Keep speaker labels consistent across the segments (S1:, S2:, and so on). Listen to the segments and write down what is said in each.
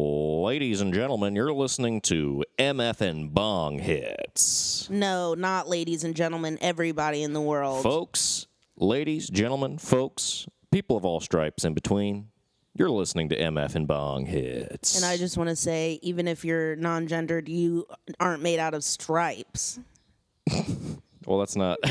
S1: Ladies and gentlemen, you're listening to MFN Bong Hits.
S2: No, not ladies and gentlemen, everybody in the world.
S1: Folks, ladies, gentlemen, folks, people of all stripes in between, you're listening to MFN Bong Hits.
S2: and I just want to say, even if you're non gendered, you aren't made out of stripes.
S1: Well, that's not.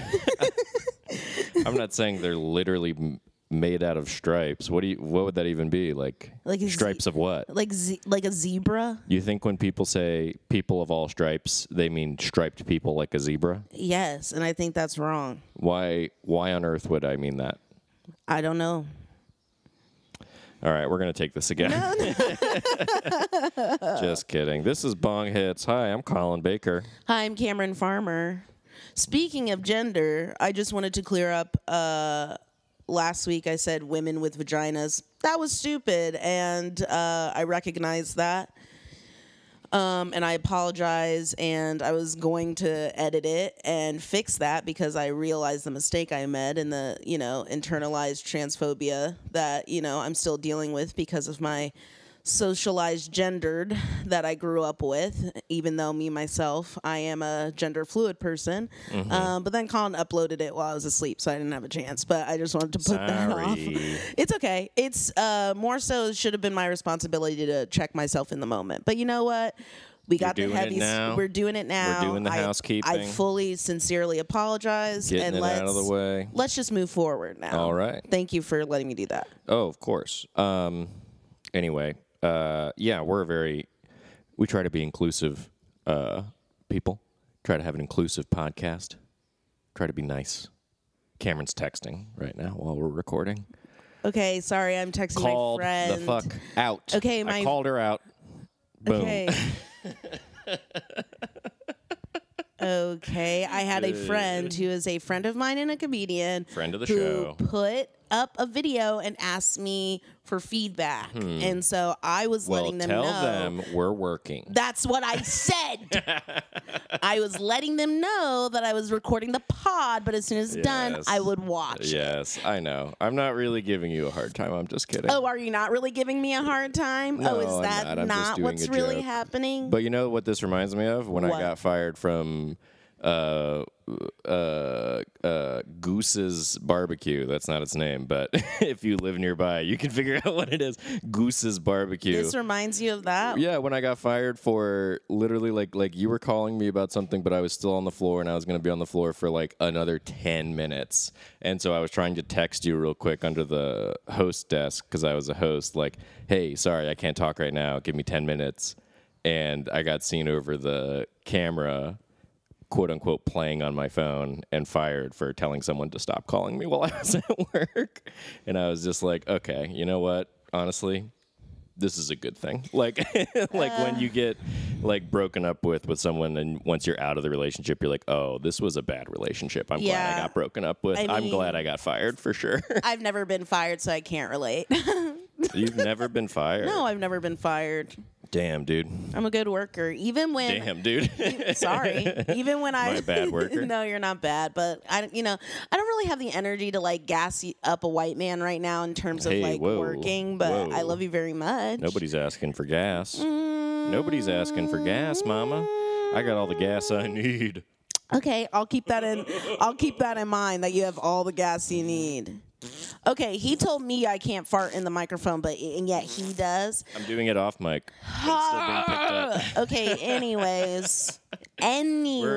S1: I'm not saying they're literally m- made out of stripes. What do you? What would that even be like?
S2: Like a ze-
S1: stripes of what?
S2: Like ze- like a zebra?
S1: You think when people say people of all stripes, they mean striped people like a zebra?
S2: Yes, and I think that's wrong.
S1: Why? Why on earth would I mean that?
S2: I don't know.
S1: All right, we're gonna take this again. Just kidding. This is Bong Hits. Hi, I'm Colin Baker.
S2: Hi, I'm Cameron Farmer. Speaking of gender, I just wanted to clear up. Uh, last week I said women with vaginas. That was stupid, and uh, I recognize that. Um, and I apologize, and I was going to edit it and fix that because I realized the mistake I made and the you know internalized transphobia that you know I'm still dealing with because of my socialized gendered that I grew up with, even though me myself, I am a gender fluid person. Um, but then Colin uploaded it while I was asleep, so I didn't have a chance. But I just wanted to put that off.
S1: Sorry.
S2: It's okay. It's uh, more so it should have been my responsibility to check myself in the moment. But you know what? We got
S1: doing
S2: the
S1: it
S2: heavy.
S1: now.
S2: We're doing it now.
S1: doing the
S2: I, I
S1: housekeeping.
S2: fully, sincerely apologize.
S1: Getting
S2: and
S1: it
S2: let's,
S1: out of the way.
S2: Let's just move forward now.
S1: All right.
S2: Thank you for letting me do that.
S1: Oh, of course. Um, anyway, uh, yeah, we're a very we try to be inclusive uh, people. Try to have an inclusive podcast. Try to be nice. Cameron's texting right now while we're recording.
S2: Okay. Sorry, I'm texting
S1: Called
S2: my friend.
S1: the fuck out.
S2: Okay,
S1: I
S2: my-
S1: called her out. Boom.
S2: Okay. okay. I had a friend who is a friend of mine and a comedian.
S1: Friend of the
S2: who
S1: show.
S2: Put up a video and asked me for feedback. And so I was
S1: Hmm. Well,
S2: letting them
S1: tell
S2: know.
S1: them we're working.
S2: That's what I said. I was letting them know that I was recording the pod, but as soon as it's done,
S1: Yes.
S2: I would watch.
S1: Yes, I know. I'm not really giving you a hard time. I'm just kidding.
S2: Oh, are you not really giving me a hard time?
S1: No,
S2: oh, is
S1: I'm
S2: that
S1: not. I'm just doing
S2: what's
S1: a
S2: really
S1: joke.
S2: happening?
S1: But you know what this reminds me of? When
S2: What?
S1: I got fired from uh, uh, uh, Goose's Barbecue. That's not its name, but if you live nearby, you can figure out what it is. Goose's Barbecue.
S2: this reminds you of that?
S1: yeah, when I got fired for literally like like you were calling me about something, but I was still on the floor and I was gonna be on the floor for like another ten minutes, and so I was trying to text you real quick under the host desk because I was a host. Like, hey, sorry, I can't talk right now. Give me ten minutes, and I got seen over the camera. "Quote unquote," playing on my phone and fired for telling someone to stop calling me while I was at work, and I was just like, "Okay, you know what? Honestly, this is a good thing. Like like when you get like broken up with with someone and once you're out of the relationship you're like, "Oh, this was a bad relationship. I'm glad I
S2: Yeah.
S1: got broken up with.
S2: I
S1: I'm glad
S2: mean-
S1: I got fired for sure."
S2: I've never been fired, so I can't relate.
S1: You've never been fired.
S2: no, I've never been fired.
S1: Damn, dude.
S2: I'm a good worker, even when
S1: Damn, dude.
S2: sorry even when i
S1: Am I a bad worker?
S2: no you're not bad but i you know i don't really have the energy to like gas y- up a white man right now in terms of
S1: Hey,
S2: like
S1: whoa,
S2: working but
S1: whoa.
S2: i love you very much
S1: Nobody's asking for gas. Nobody's asking for gas, mama. I got all the gas I need.
S2: okay i'll keep that in i'll keep that in mind that you have all the gas you need okay he told me i can't fart in the microphone but and yet he does
S1: I'm doing it off mic. It's still being picked
S2: Ah,
S1: up.
S2: okay anyways
S1: We're,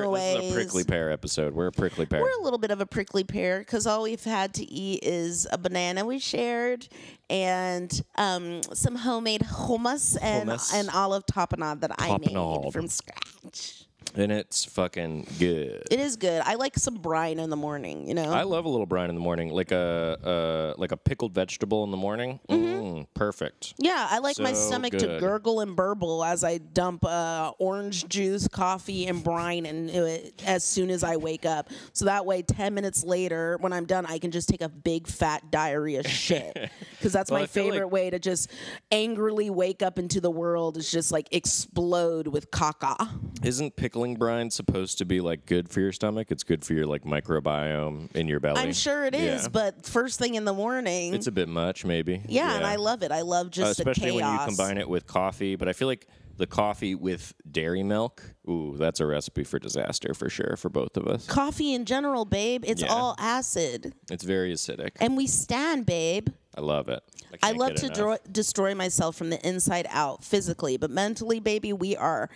S2: anyways
S1: this is a prickly pear episode. We're a prickly pear.
S2: We're a little bit of a prickly pear because all we've had to eat is a banana we shared and um, some homemade hummus and
S1: Hummus.
S2: an olive tapenade that I
S1: Tapenade.
S2: made from scratch.
S1: and it's fucking good.
S2: It is good. I like some brine in the morning, you know?
S1: I love a little brine in the morning, like a uh, like a pickled vegetable in the morning.
S2: Mm-hmm.
S1: Mm, perfect.
S2: yeah, I like my
S1: So
S2: stomach to
S1: good.
S2: gurgle and burble as I dump uh, orange juice, coffee, and brine into it as soon as I wake up. So that way, 10 minutes later, when I'm done, I can just take a big fat diarrhea shit. Because that's
S1: Well,
S2: my
S1: I feel like-
S2: favorite way to just angrily wake up into the world is just like explode with caca.
S1: Isn't pickled pickling brine supposed to be like good for your stomach? It's good for your like microbiome in your belly.
S2: I'm sure it is,
S1: Yeah.
S2: but first thing in the morning.
S1: it's a bit much, maybe.
S2: yeah, and I love it. I love
S1: Uh,
S2: just
S1: especially
S2: the
S1: when
S2: chaos.
S1: you combine it with coffee. But I feel like the coffee with dairy milk, ooh, that's a recipe for disaster for sure for both of us.
S2: coffee in general, babe. It's
S1: Yeah.
S2: all acid,
S1: It's very acidic.
S2: and we stand, babe.
S1: I love it.
S2: I
S1: can't
S2: love
S1: get
S2: to
S1: enough.
S2: dro- destroy myself from the inside out physically, but mentally, baby, we are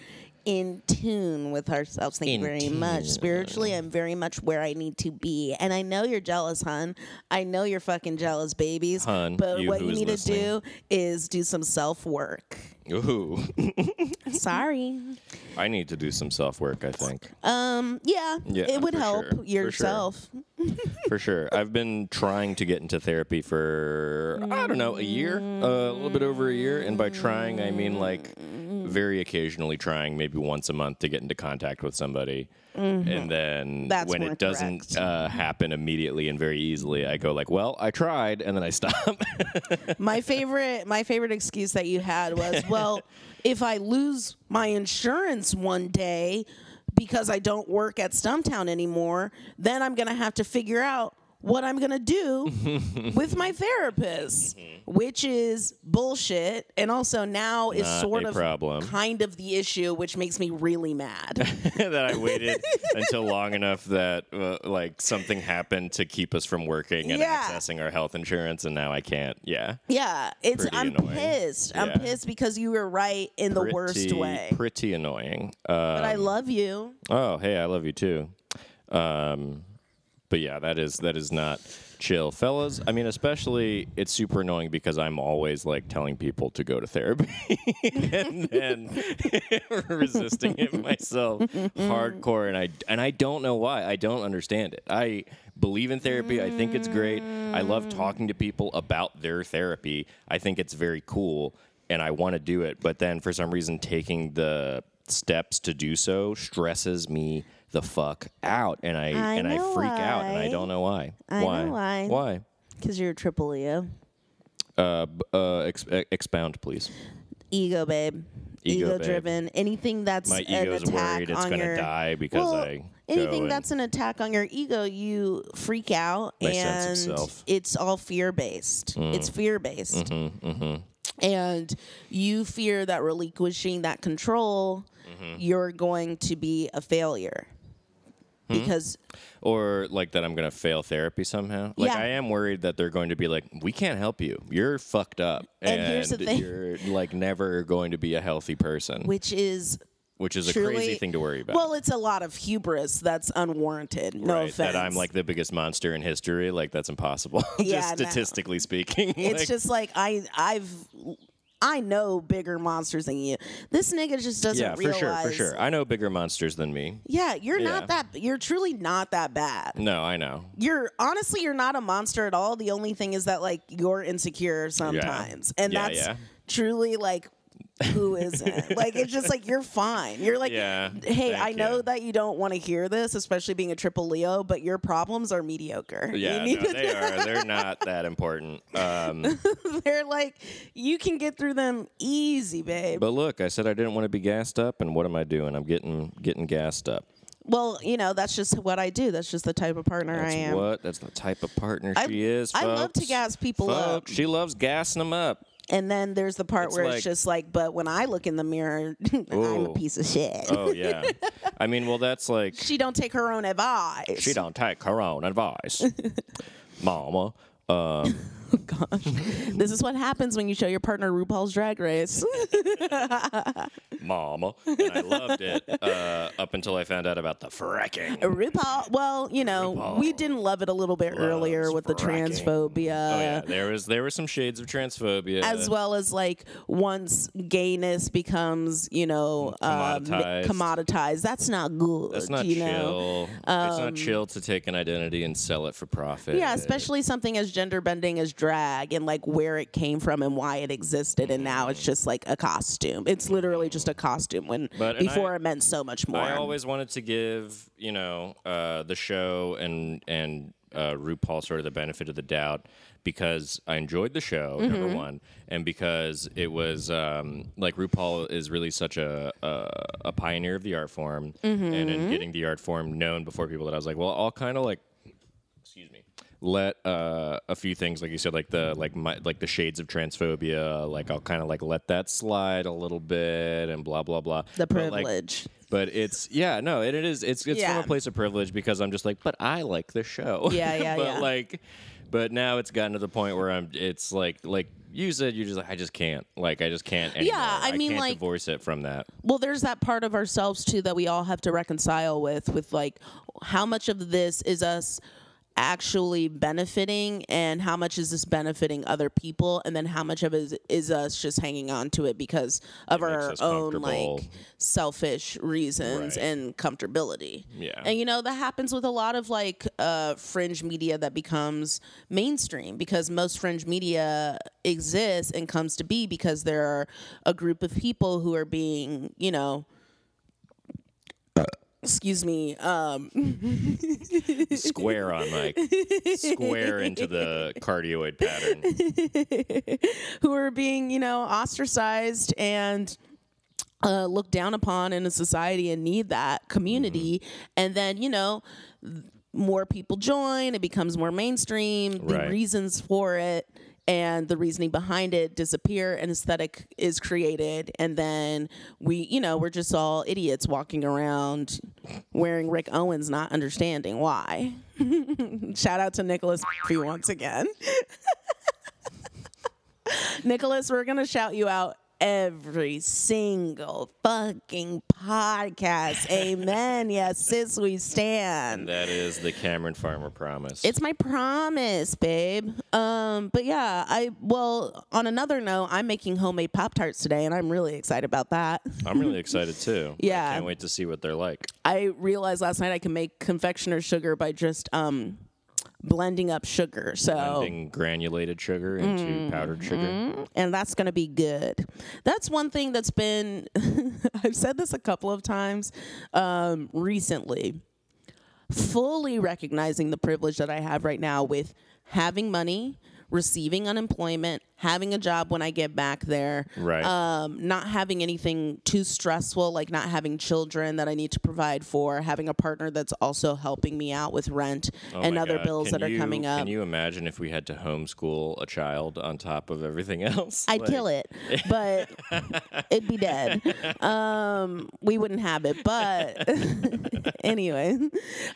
S2: in tune with ourselves. Thank
S1: In
S2: you very much. Spiritually, I'm very much where I need to be. And I know you're jealous, hun. I know you're fucking jealous, babies.
S1: Hun,
S2: but
S1: you
S2: what
S1: who
S2: you
S1: is
S2: need to
S1: listening.
S2: do is do some self work.
S1: Ooh,
S2: Sorry.
S1: I need to do some self work. I think
S2: Um, yeah,
S1: Yeah,
S2: it would
S1: for
S2: help
S1: sure. For sure.
S2: yourself.
S1: for sure. I've been trying to get into therapy for I don't know a year, uh, a little bit over a year, and by trying I mean like very occasionally trying, maybe once a month, to get into contact with somebody. And then
S2: Mm-hmm. That's
S1: when
S2: more
S1: it doesn't uh, happen immediately and very easily, I go like, "Well, I tried," and then I stop.
S2: my favorite my favorite excuse that you had was well if i lose my insurance one day because i don't work at stumptown anymore then i'm going to have to figure out what i'm going to do with my therapist
S1: Mm-hmm.
S2: which is bullshit and also now is
S1: Not
S2: sort
S1: a
S2: of
S1: problem.
S2: kind of the issue which makes me really mad
S1: that I waited until long enough that uh, like something happened to keep us from working and
S2: Yeah.
S1: accessing our health insurance, and now I can't. Yeah,
S2: yeah it's
S1: Pretty
S2: i'm
S1: annoying.
S2: pissed i'm
S1: Yeah.
S2: pissed because you were right in the worst
S1: Pretty-
S2: way
S1: Pretty annoying. Uh,
S2: but i love you
S1: oh, hey, I love you too. Um, but yeah, that is that is not chill, fellas. I mean, especially it's super annoying because I'm always like telling people to go to therapy and then resisting it myself hardcore and I and I don't know why. I don't understand it. I believe in therapy. I think it's great. I love talking to people about their therapy. I think it's very cool and I want to do it, but then for some reason taking the steps to do so stresses me the fuck out and I
S2: I
S1: and I
S2: know
S1: freak out and I
S2: why.
S1: don't know why.
S2: I
S1: why?
S2: know why.
S1: Why?
S2: because you're a triple E. leo
S1: Uh, b- uh, ex- e- expound, please.
S2: ego, babe.
S1: Ego,
S2: Ego,
S1: babe.
S2: driven. Anything that's
S1: My
S2: an
S1: ego's
S2: attack
S1: worried it's
S2: on
S1: gonna
S2: your,
S1: die because
S2: well,
S1: I go
S2: anything
S1: and-
S2: that's an attack on your ego, you freak out,
S1: My sense of
S2: and
S1: self. Mm.
S2: it's all fear based. It's fear based,
S1: Mm-hmm,
S2: and you fear that relinquishing that control,
S1: Mm-hmm.
S2: you're going to be a failure
S1: Hmm?
S2: because
S1: Or like that I'm gonna fail therapy somehow. Like
S2: Yeah.
S1: I am worried that they're going to be like, we can't help you. You're fucked up,
S2: And here's the thing.
S1: you're like never going to be a healthy person,
S2: which is.
S1: which is a
S2: truly,
S1: crazy thing to worry about.
S2: Well, it's a lot of hubris that's unwarranted. No
S1: right?
S2: offense.
S1: That I'm like the biggest monster in history. Like that's impossible,
S2: Yeah,
S1: just
S2: no.
S1: statistically speaking.
S2: It's
S1: Like,
S2: just like I I've I know bigger monsters than you. This nigga just doesn't
S1: yeah, for
S2: realize.
S1: sure, for sure. I know bigger monsters than me.
S2: Yeah, you're not
S1: Yeah.
S2: that. You're truly not that bad.
S1: No, I know.
S2: You're honestly, you're not a monster at all. The only thing is that like you're insecure sometimes, and
S1: Yeah,
S2: that's
S1: yeah.
S2: truly like who isn't. like it's just like you're fine. You're like.
S1: Yeah.
S2: Hey,
S1: thank
S2: I know
S1: you.
S2: that you don't want to hear this, especially being a triple Leo, but your problems are mediocre. You
S1: Yeah,
S2: need
S1: no,
S2: to-
S1: they are. They're not that important. Um,
S2: they're like, you can get through them easy, babe.
S1: but look, I said I didn't want to be gassed up, and what am I doing? I'm getting getting gassed up.
S2: Well, you know, that's just what I do. That's just the type of partner
S1: That's
S2: I am.
S1: what. That's the type of partner
S2: I-
S1: she is.
S2: I love to
S1: folks.
S2: gas people
S1: Folks,
S2: up.
S1: She loves gassing them up.
S2: And then there's the part
S1: It's
S2: where
S1: like-
S2: it's just like, but when I look in the mirror, I'm
S1: Ooh.
S2: a piece of shit.
S1: Oh yeah. I mean, well, that's like
S2: She don't take her own advice.
S1: she don't take her own advice, mama.
S2: Gosh. this is what happens when you show your partner RuPaul's Drag Race.
S1: mama, and I loved it uh, up until I found out about the fracking.
S2: Uh, RuPaul. Well, you know, we
S1: RuPaul
S2: didn't love it a little bit earlier with the
S1: fracking.
S2: transphobia.
S1: Oh yeah, there was there were some shades of transphobia
S2: as well as like once gayness becomes you know uh, mi-
S1: Commoditized.
S2: commoditized that's not good
S1: It's not
S2: you
S1: chill.
S2: know Um,
S1: it's not chill to take an identity and sell it for profit.
S2: yeah especially something as gender bending as drag and like where it came from and why it existed and now
S1: Mm.
S2: it's just like a costume it's literally just a costume when
S1: But- and
S2: before
S1: I-
S2: it meant so much more
S1: I always wanted to give you know uh, the show and and uh, RuPaul sort of the benefit of the doubt because I enjoyed the show, number one, and because it was um, like RuPaul is really such a, a, a pioneer of the art form and in getting the art form known before people that I was like, well, I'll kind of like excuse me let uh, a few things like you said like the like my, like the shades of transphobia like i'll kind of like let that slide a little bit and blah blah blah
S2: The
S1: But, like,
S2: privilege.
S1: but it's yeah no it, it is it's it's
S2: Yeah.
S1: from a place of privilege because i'm just like but i like the show
S2: Yeah, yeah,
S1: but
S2: yeah.
S1: like but now it's gotten to the point where i'm it's like like you said you're just like i just can't like i just can't anymore.
S2: I mean,
S1: can't
S2: like-
S1: divorce it from that
S2: well there's that part of ourselves too that we all have to reconcile with with like how much of this is us actually benefiting and how much is this benefiting other people and then how much of it is, is us just hanging on to it because of our
S1: us
S2: own
S1: comfortable.
S2: like selfish reasons
S1: Right.
S2: and comfortability
S1: Yeah.
S2: and you know that happens with a lot of like uh, fringe media that becomes mainstream because most fringe media exists and comes to be because there are a group of people who are being you know excuse me um
S1: square on like square into the cardioid pattern
S2: who are being you know ostracized and uh, looked down upon in a society and need that community and then you know th- more people join it becomes more mainstream the
S1: Right.
S2: reasons for it and the reasoning behind it disappear and aesthetic is created and then we you know we're just all idiots walking around wearing rick owens not understanding why shout out to nicholas once again Nicholas, we're gonna shout you out every single fucking podcast. Amen. Yes, sis, we stand.
S1: that is the cameron farmer promise
S2: It's my promise, babe. Um, but yeah, I well, on another note, I'm making homemade Pop Tarts today and I'm really excited about that.
S1: i'm really excited too
S2: Yeah.
S1: i can't wait to see what they're like
S2: I realized last night I can make confectioner sugar by just um blending up sugar. So
S1: blending granulated sugar into
S2: Mm-hmm.
S1: powdered sugar
S2: and that's going to be good. That's one thing that's been, I've said this a couple of times um, recently, fully recognizing the privilege that I have right now with having money, receiving unemployment, having a job when I get back there,
S1: Right.
S2: um, not having anything too stressful, like not having children that I need to provide for, having a partner that's also helping me out with rent
S1: Oh
S2: and
S1: my
S2: other
S1: God.
S2: bills
S1: Can
S2: that are
S1: you-
S2: coming up.
S1: Can you imagine if we had to homeschool a child on top of everything else?
S2: I'd kill it, but it'd be dead. Um, we wouldn't have it. But anyway,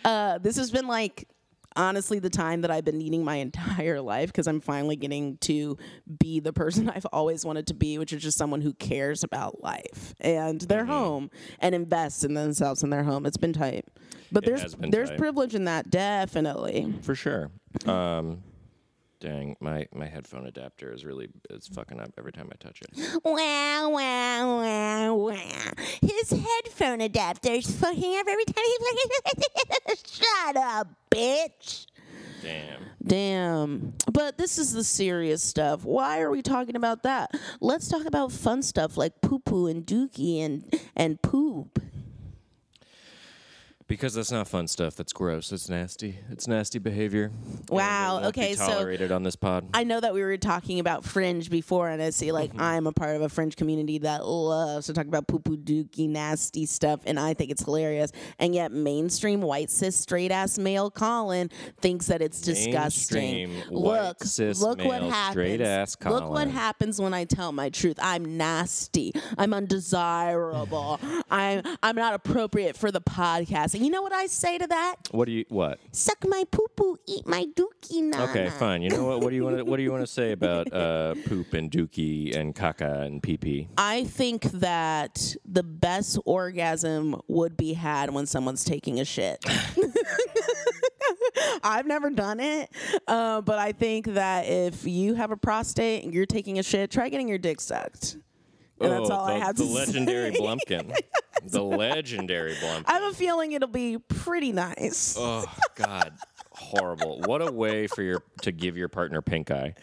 S2: uh, this has been like honestly the time that I've been needing my entire life because I'm finally getting to be the person I've always wanted to be, which is just someone who cares about life and their
S1: Mm-hmm.
S2: home and invests in themselves and their home. It's been tight, but
S1: has
S2: there's
S1: been
S2: there's
S1: tight.
S2: privilege in that definitely.
S1: for sure. Um, dang, my my headphone adapter is really it's fucking up every time I touch it.
S3: Wow, wow, wow, wow. His headphone adapter's fucking up every time he fucking. Shut up, bitch.
S1: Damn.
S2: Damn. But this is the serious stuff. Why are we talking about that? Let's talk about fun stuff like poo poo and dookie and and poop.
S1: Because that's not fun stuff. That's gross. That's nasty. It's nasty behavior.
S2: Wow,
S1: And it won't be
S2: okay, so-
S1: tolerated on this pod.
S2: I know that we were talking about fringe before, and I see like
S1: Mm-hmm.
S2: I'm a part of a fringe community that loves to talk about poo poo dookie nasty stuff, and I think it's hilarious. And yet, mainstream white cis straight ass male Colin thinks that it's disgusting.
S1: Mainstream white
S2: Look,
S1: cis
S2: look what
S1: male
S2: happens.
S1: straight-ass
S2: Look what
S1: Colin.
S2: happens when I tell my truth. I'm nasty. I'm undesirable. I'm I'm not appropriate for the podcast. And you know what I say to that?
S1: what do you what?
S3: Suck my poo poo, eat my dookie nana.
S1: Okay, fine. You know what? What do you want? to What do you want to say about uh, poop and dookie and caca and pee pee?
S2: I think that the best orgasm would be had when someone's taking a shit. I've never done it, uh, but I think that if you have a prostate and you're taking a shit, try getting your dick sucked. And that's all
S1: Oh, the,
S2: I have
S1: the
S2: to
S1: legendary
S2: say.
S1: Blumpkin. The legendary Blumpkin. Uh,
S2: I have a feeling it'll be pretty nice.
S1: Oh God. horrible. what a way for your to give your partner pink eye.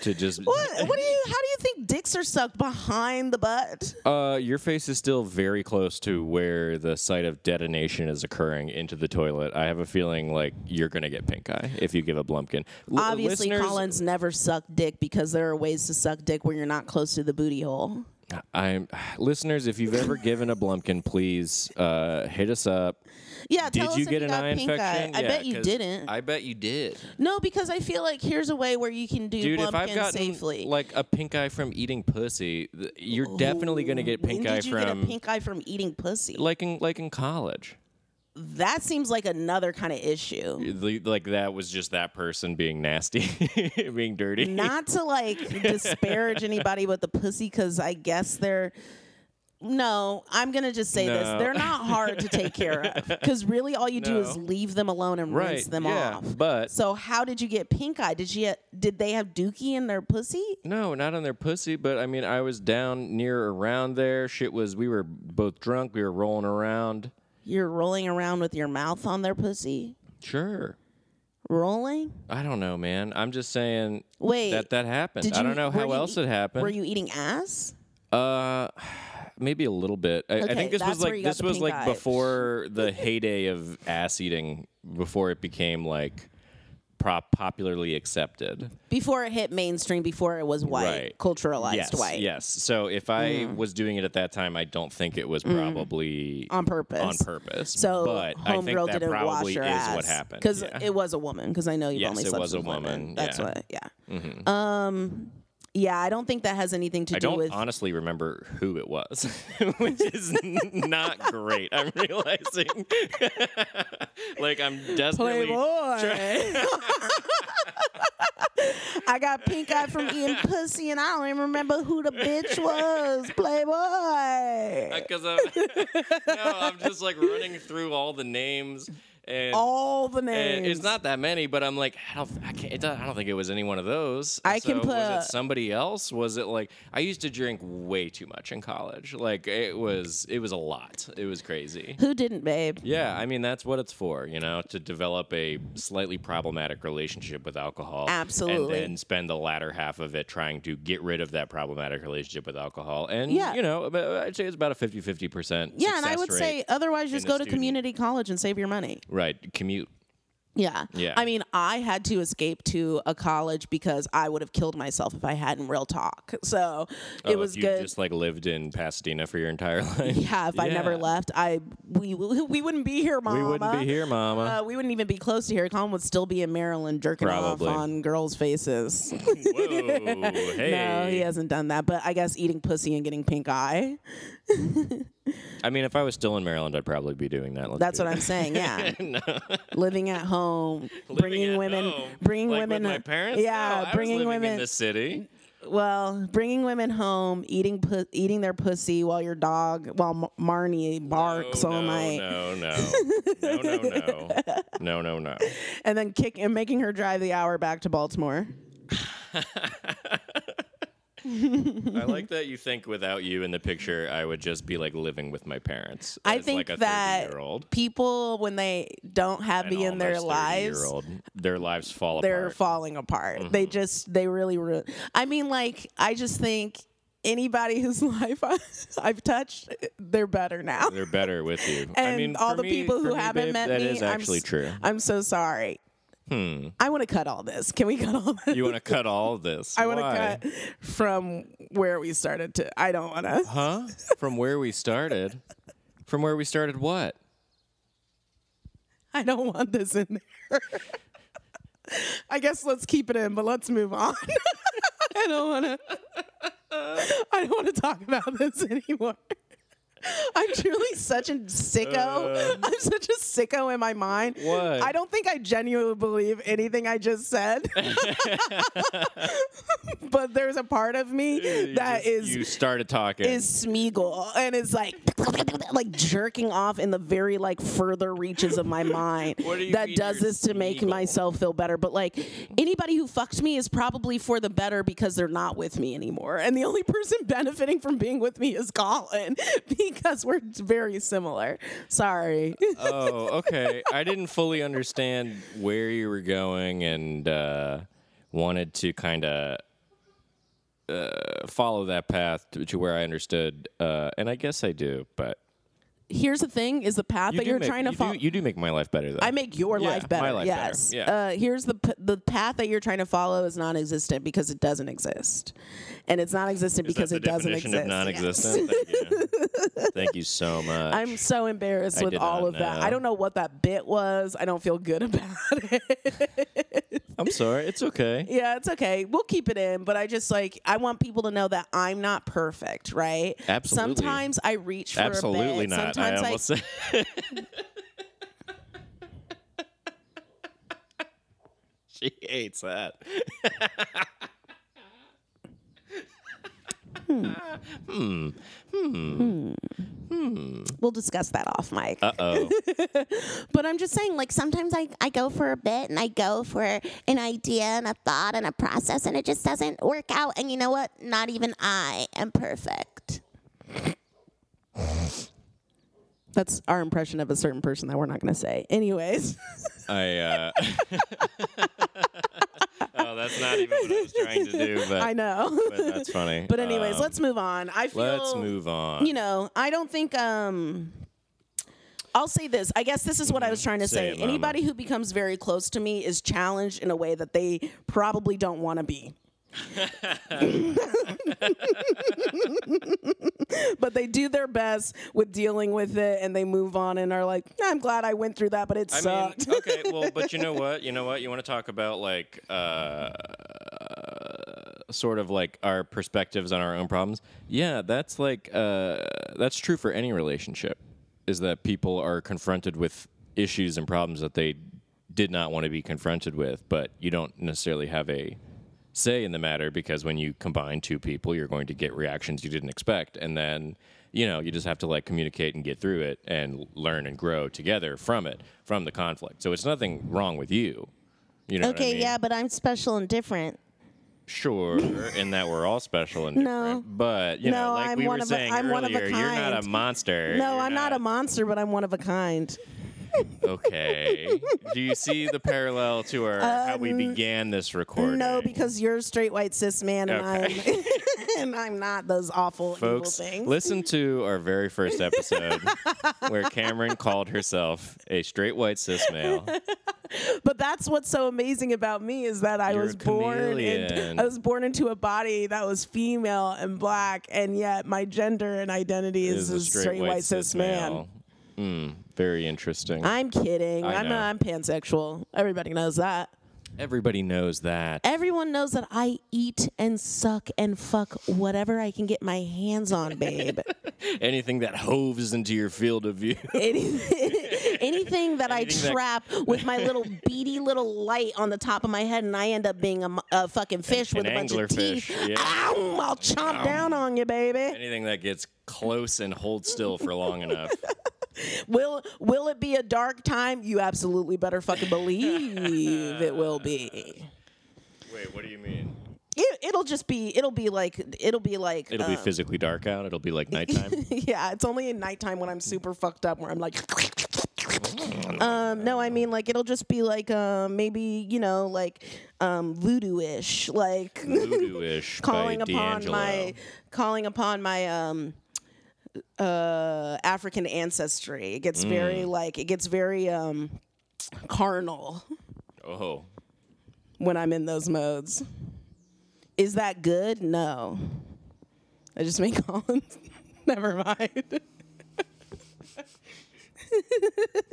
S1: To just
S2: What, what do you? How do you think dicks are sucked behind the butt?
S1: Uh, your face is still very close to where the site of detonation is occurring into the toilet. I have a feeling like you're gonna get pink eye if you give a blumpkin. L-
S2: Obviously,
S1: listeners-
S2: Collins never sucked dick because there are ways to suck dick where you're not close to the booty hole.
S1: I'm listeners. If you've ever given a blumpkin, please uh, hit us up.
S2: Yeah, tell
S1: did
S2: us
S1: you
S2: if
S1: get
S2: you
S1: an
S2: got
S1: eye
S2: pink
S1: infection?
S2: Eye. I
S1: Yeah,
S2: bet you
S1: 'cause
S2: didn't.
S1: I bet you did,
S2: no, because I feel like here's a way where you can do
S1: dude. if
S2: Blumpkin
S1: I've gotten
S2: safely.
S1: like a pink eye from eating pussy, th- you're definitely gonna get
S2: when
S1: pink eye
S2: did you get
S1: from
S2: a pink eye from eating pussy?
S1: like in like in college.
S2: that seems like another kind of issue.
S1: The- Like that was just that person being nasty, being dirty.
S2: Not to like disparage anybody with the pussy, because I guess they're. No, I'm gonna just say this:
S1: No.
S2: they're not hard to take care of. Because really, all you do is
S1: No.
S2: leave them alone and
S1: Right,
S2: rinse them
S1: yeah,
S2: off.
S1: but-
S2: so, how did you get pink eye? Did you did they have dookie in their pussy?
S1: No, not on their pussy, but I mean, I was down near around there. Shit was, we were both drunk. We were rolling around.
S2: You're rolling around with your mouth on their pussy,
S1: Sure.
S2: rolling.
S1: I don't know, man. I'm just saying
S2: Wait,
S1: that that happened.
S2: did
S1: I
S2: you-
S1: don't know
S2: were
S1: how
S2: you
S1: else
S2: eat-
S1: it happened.
S2: Were you eating ass?
S1: uh, maybe a little bit. I, I
S2: Okay,
S1: think this was
S2: that's where
S1: like
S2: you got
S1: this
S2: the
S1: was
S2: pink
S1: like
S2: eye.
S1: before the heyday of ass eating, before it became like prop popularly accepted.
S2: Before it hit mainstream, before it was white,
S1: Right.
S2: culturalized
S1: yes,
S2: white, Mm.
S1: yes. So if I was doing it at that time, I don't think it was probably
S2: on purpose.
S1: on purpose.
S2: So
S1: but I think
S2: homegirl
S1: that
S2: didn't
S1: probably
S2: wash her
S1: is
S2: ass
S1: what happened.
S2: because
S1: yeah.
S2: it was a woman. Because I know you've
S1: Yes,
S2: only
S1: it
S2: slept
S1: was
S2: with
S1: a
S2: women.
S1: woman,
S2: That's
S1: yeah. Mm-hmm.
S2: what. Yeah. Um. Yeah, I don't think that has anything to
S1: I
S2: do
S1: don't
S2: with.
S1: honestly remember who it was, which is n- not great. I'm realizing, like I'm desperately.
S2: I got pink eye from eating pussy, and I don't even remember who the bitch was. Playboy.
S1: Because I'm, no, I'm just like running through all the names and.
S2: All the
S1: and
S2: names.
S1: Eh, it's not that many, but I'm like, I don't, I can't. It does, I don't think it was any one of those.
S2: I can
S1: So
S2: put-
S1: Was it somebody else? Was it like I used to drink way too much in college? Like it was, it was a lot. It was crazy.
S2: Who didn't, babe?
S1: Yeah, I mean that's what it's for, you know, to develop a slightly problematic relationship with alcohol.
S2: Absolutely.
S1: And then spend the latter half of it trying to get rid of that problematic relationship with alcohol. And
S2: Yeah.
S1: you know, about- I'd say it's about a 50-50%
S2: Yeah, and I
S1: success
S2: would
S1: rate.
S2: say otherwise just
S1: in a
S2: go to
S1: student.
S2: community college and save your money.
S1: right, commute.
S2: Yeah.
S1: Yeah.
S2: I mean, I had to escape to a college because I would have killed myself if I hadn't real talk. So
S1: Oh,
S2: it was
S1: if you
S2: good.
S1: just like lived in Pasadena for your entire life.
S2: yeah, if I never
S1: Yeah.
S2: left, I we we wouldn't be here, mama.
S1: We wouldn't be here, mama.
S2: Uh, we wouldn't even be close to here. Colin would still be in Maryland jerking
S1: Probably.
S2: off on girls' faces.
S1: Whoa, hey.
S2: No, he hasn't done that. But I guess eating pussy and getting pink eye.
S1: I mean, if I was still in Maryland, I'd probably be doing that. Let's
S2: That's
S1: be
S2: what I'm saying. Yeah, living at home, bringing
S1: at
S2: women,
S1: home,
S2: bringing
S1: like
S2: women,
S1: with my parents. No, I
S2: Yeah,
S1: was
S2: bringing
S1: living
S2: women.
S1: in the city.
S2: Well, bringing women home, eating pu- eating their pussy while your dog, while M- Marnie barks
S1: Oh, no,
S2: all night,
S1: No, no, no, no, no, no, no, no.
S2: and then kick and making her drive the hour back to Baltimore.
S1: I like that you think without you in the picture, I would just be like living with my parents.
S2: I
S1: as,
S2: think
S1: like a
S2: that
S1: year-old.
S2: People, when they don't have me in their lives,
S1: Year-old, their lives fall
S2: they're
S1: apart. Mm-hmm.
S2: falling apart. They just, they really, ru I mean, like, I just think anybody whose life I, I've touched, they're better now.
S1: they're better with you. I
S2: and
S1: mean,
S2: all
S1: for
S2: the
S1: me-
S2: people
S1: for
S2: who
S1: me,
S2: haven't
S1: babe,
S2: met
S1: that
S2: me,
S1: is
S2: I'm
S1: actually
S2: s-
S1: true.
S2: I'm so sorry. Hmm. I want to cut all this. Can we cut all this?
S1: You want to cut all this?
S2: I want to
S1: Why?
S2: cut from where we started to. I don't want to.
S1: Huh? From where we started? From where we started? What?
S2: I don't want this in there. I guess let's keep it in, but let's move on. I don't want to. I don't want to talk about this anymore. I'm truly such a sicko. I'm such a sicko in my mind.
S1: Um. What?
S2: I don't think I genuinely believe anything I just said. but there's a part of me that
S1: You-
S2: is
S1: you started talking.
S2: is Smeagol and is like like jerking off in the very like further reaches of my mind
S1: What do you
S2: that
S1: mean
S2: does
S1: you're
S2: this to make
S1: Smeagol?
S2: myself feel better but like anybody who fucked me is probably for the better because they're not with me anymore and the only person benefiting from being with me is Colin because we're very similar sorry
S1: oh, okay. I didn't fully understand where you were going and uh, wanted to kind of uh, follow that path to, to where I understood. Uh, and I guess I do, but
S2: here's the thing is the path that
S1: do
S2: you're
S1: make-
S2: trying to
S1: you
S2: follow
S1: Do, you do make my life better, though.
S2: I make your
S1: Yeah,
S2: life better.
S1: my life better.
S2: yes.
S1: Yeah.
S2: Uh, here's the p- the path that you're trying to follow is non-existent because it doesn't exist, and it's non-existent
S1: Is that
S2: because
S1: the
S2: it doesn't
S1: definition
S2: exist.
S1: Of non-existent. Thank, you. Thank you so much.
S2: I'm so embarrassed
S1: I
S2: with
S1: did
S2: all
S1: not
S2: of that.
S1: know.
S2: I don't know what that bit was. I don't feel good about it.
S1: I'm sorry. It's okay.
S2: yeah, it's okay. We'll keep it in, but I just like I want people to know that I'm not perfect, right?
S1: Absolutely.
S2: Sometimes I reach for
S1: Absolutely
S2: a bed.
S1: not. I
S2: Sometimes
S1: almost said. she hates that.
S2: we'll discuss that off mic.
S1: Uh oh.
S2: but I'm just saying like
S3: Like sometimes I, I go for a bit and I go for an idea and a thought and a process and it just doesn't work out. And you know what? Not even I am perfect.
S2: that's our impression of a certain person that we're not going to say. Anyways.
S1: I. Uh, oh, that's not even what I was trying to do. But
S2: I know.
S1: But that's funny.
S2: But anyways,
S1: Um,
S2: let's move on. I feel
S1: let's move on.
S2: You know, I don't think um I'll say this. I guess this is what I was trying to
S1: Mm-hmm. Say
S2: say.
S1: it, Mama.
S2: Anybody who becomes very close to me is challenged in a way that they probably don't want to be. but they do their best with dealing with it and they move on and are like, I'm glad I went through that, but it
S1: I
S2: sucked.
S1: mean, okay, well, but you know what? You know what? You want to talk about like uh, sort of like our perspectives on our own problems? Yeah, that's like uh, that's true for any relationship. Is that people are confronted with issues and problems that they did not want to be confronted with, but you don't necessarily have a say in the matter because when you combine two people, you're going to get reactions you didn't expect, and then you know you just have to like communicate and get through it and learn and grow together from it, from the conflict. So it's nothing wrong with you. You know? what I
S3: Okay,
S1: mean?
S3: yeah, but I'm special and different.
S1: Sure, and that we're all special and different. But you know,
S2: No,
S1: like
S2: I'm
S1: we
S2: one
S1: were
S2: of a-
S1: saying
S2: I'm one of a
S1: earlier, you're not a
S2: kind.
S1: monster.
S2: no,
S1: You're
S2: I'm not a monster, but I'm one of a kind.
S1: Okay. Do you see the parallel to our how
S2: Um,
S1: we began this recording?
S2: No, because you're a straight white cis man and
S1: Okay.
S2: I'm and I'm not those awful
S1: folks,
S2: evil things.
S1: listen to our very first episode where Cameron called herself a straight white cis male.
S2: But that's what's so amazing about me is that I
S1: You're a
S2: was born in,
S1: chameleon.
S2: I was born into a body that was female and black and yet my gender and identity is, a straight, white cis man.
S1: Mm, very interesting.
S2: I'm kidding.
S1: I
S2: I'm
S1: know.
S2: not, I'm pansexual. Everybody knows that.
S1: Everybody knows that.
S2: Everyone knows that I eat and suck and fuck whatever I can get my hands on, babe. Eh.
S1: Anything that hoves into your field of view.
S2: Any- anything
S1: Anything
S2: that I
S1: that-
S2: trap with my little beady little light on the top of my head, and I end up being a, m- a fucking fish
S1: An-
S2: with
S1: an
S2: a bunch of
S1: anglerfish,
S2: teeth.
S1: yeah.
S2: Ow, I'll chomp down on you, baby.
S1: Anything that gets close and holds still for long enough.
S2: Will Will it be a dark time? You absolutely better fucking believe it will be.
S1: Wait, what do you mean?
S2: It, it'll just be. It'll be like. It'll be like.
S1: It'll be physically dark out. It'll be like nighttime.
S2: yeah, it's only in nighttime when I'm super fucked up where I'm like um no, I mean like it'll just be like um maybe, you know, like um voodoo-ish, like
S1: Voodoo-ish
S2: calling
S1: by
S2: upon
S1: D'Angelo.
S2: my calling upon my um uh African ancestry. It gets
S1: Mm.
S2: very like it gets very um carnal
S1: Oh,
S2: when I'm in those modes. Is that good? No. I just make Colin. Never mind.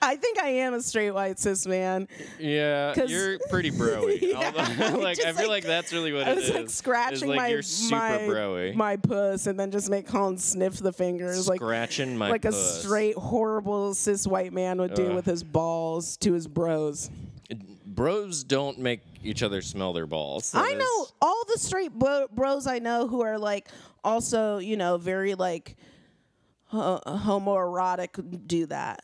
S2: I think I am a straight white cis man.
S1: yeah.
S2: 'Cause-
S1: You're pretty broy. Although, like I
S2: just,
S1: feel like,
S2: like-
S1: that's really what
S2: I
S1: it
S2: was
S1: is.
S2: like scratching
S1: is like
S2: my
S1: you're super
S2: my,
S1: broy.
S2: my puss and then just make Colin sniff the fingers like
S1: scratching my
S2: like
S1: puss.
S2: a straight horrible cis white man would do
S1: Ugh.
S2: with his balls to his bros.
S1: bros don't make each other smell their balls.
S2: I know all the straight bro- bros I know who are like also, you know, very like ho- homoerotic do that.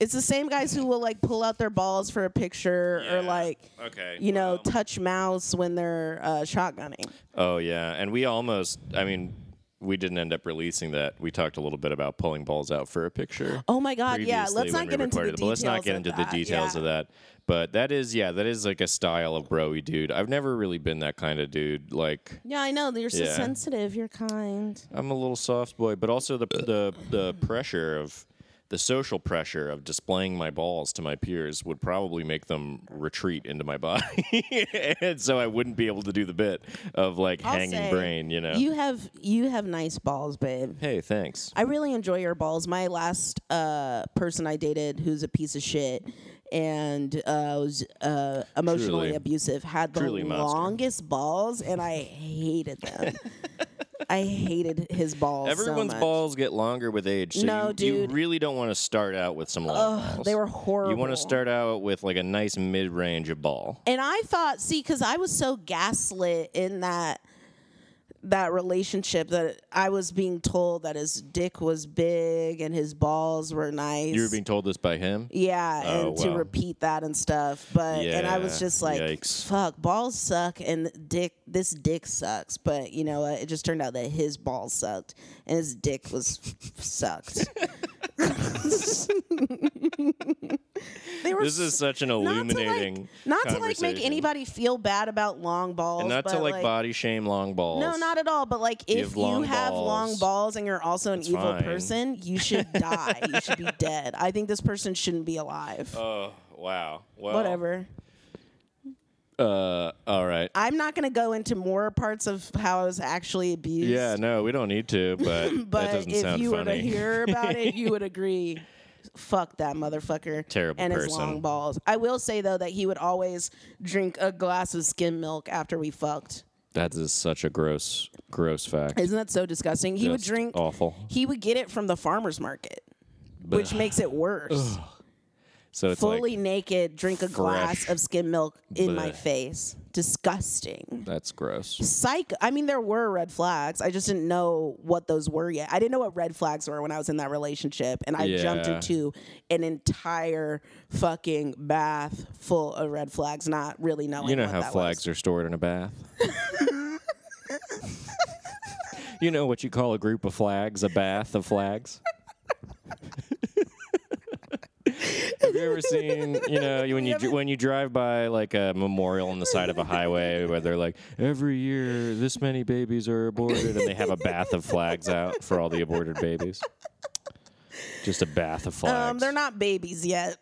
S2: It's the same guys who will like pull out their balls for a picture or
S1: Yeah.
S2: like,
S1: Okay,
S2: you know,
S1: well.
S2: touch mouths when they're uh, shotgunning.
S1: Oh yeah, and we almost. I mean, we didn't end up releasing that. We talked a little bit about pulling balls out for a picture.
S2: Oh my God, yeah,
S1: previously
S2: let's
S1: when
S2: not
S1: we
S2: get into
S1: recorded
S2: the
S1: it, but let's not
S2: details
S1: get
S2: of
S1: into
S2: that,
S1: the details
S2: yeah.
S1: of that. But that is yeah, that is like a style of broy dude. I've never really been that kind of dude. Like
S2: Yeah, I know. You're so
S1: Yeah.
S2: sensitive. You're kind.
S1: I'm a little soft boy, but also the the the pressure of the social pressure of displaying my balls to my peers would probably make them retreat into my body, and so I wouldn't be able to do the bit of like
S2: I'll
S1: hanging
S2: say,
S1: brain, you know.
S2: You have you have nice balls, babe.
S1: hey, thanks.
S2: I really enjoy your balls. My last uh, person I dated, who's a piece of shit and uh, was uh, emotionally
S1: Truly.
S2: abusive, had the
S1: Truly monster.
S2: longest balls, and I hated them. I hated his balls. so
S1: Everyone's
S2: much.
S1: balls get longer with age. So
S2: No,
S1: you,
S2: dude.
S1: you really don't want to start out with some long balls.
S2: They were
S1: You
S2: horrible.
S1: want to start out with like a nice mid range of ball.
S2: and I thought, see, because I was so gaslit in that that relationship that I was being told that his dick was big and his balls were nice.
S1: You were being told this by him?
S2: Yeah,
S1: Oh,
S2: and to
S1: wow.
S2: repeat that and stuff. But and I was
S1: Yeah,
S2: just like,
S1: yikes.
S2: fuck, balls suck and dick this dick sucks. But you know what? It just turned out that his balls sucked and his dick was sucked. they were
S1: This is such an
S2: not to
S1: illuminating.
S2: like, not to like make
S1: conversation.
S2: anybody feel bad about long balls.
S1: And not
S2: but
S1: to like, body shame long balls.
S2: no, not at all. But like, if
S1: Give
S2: you
S1: long
S2: have long
S1: balls.
S2: balls and you're also an evil
S1: fine.
S2: person, you should die. you should be dead. I think this person shouldn't be alive.
S1: Oh, wow. Well,
S2: Whatever.
S1: Uh, all right.
S2: I'm not going to go into more parts of how I was actually abused.
S1: Yeah, no, we don't need to, but, that
S2: but
S1: doesn't
S2: if
S1: sound
S2: you were to
S1: funny.
S2: hear about it, you would agree. Fuck that motherfucker.
S1: Terrible
S2: and his
S1: person.
S2: long balls. I will say though that he would always drink a glass of skim milk after we fucked.
S1: that is such a gross, gross fact.
S2: Isn't that so disgusting? He would
S1: Just
S2: drink.
S1: awful.
S2: He would get it from the farmer's market, which makts it worse.
S1: So it's
S2: Fully
S1: like,
S2: naked, drink a glass
S1: fresh.
S2: of skim milk in my
S1: Blech.
S2: face. Disgusting.
S1: that's gross.
S2: psych i mean there were red flags i just didn't know what those were yet i didn't know what red flags were when i was in that relationship and i jumped
S1: Yeah.
S2: into an entire fucking bath full of red flags not really knowing
S1: You know
S2: what
S1: how
S2: that
S1: flags are stored in a bath. you know what you call a group of flags, a bath of flags. Have you ever seen, you know, you- when you dr- when you drive by like a memorial on the side of a highway where they're like, every year this many babies are aborted, and they have a bath of flags out for all the aborted babies. Just a bath of
S2: was
S1: flags.
S2: um, they're not babies yet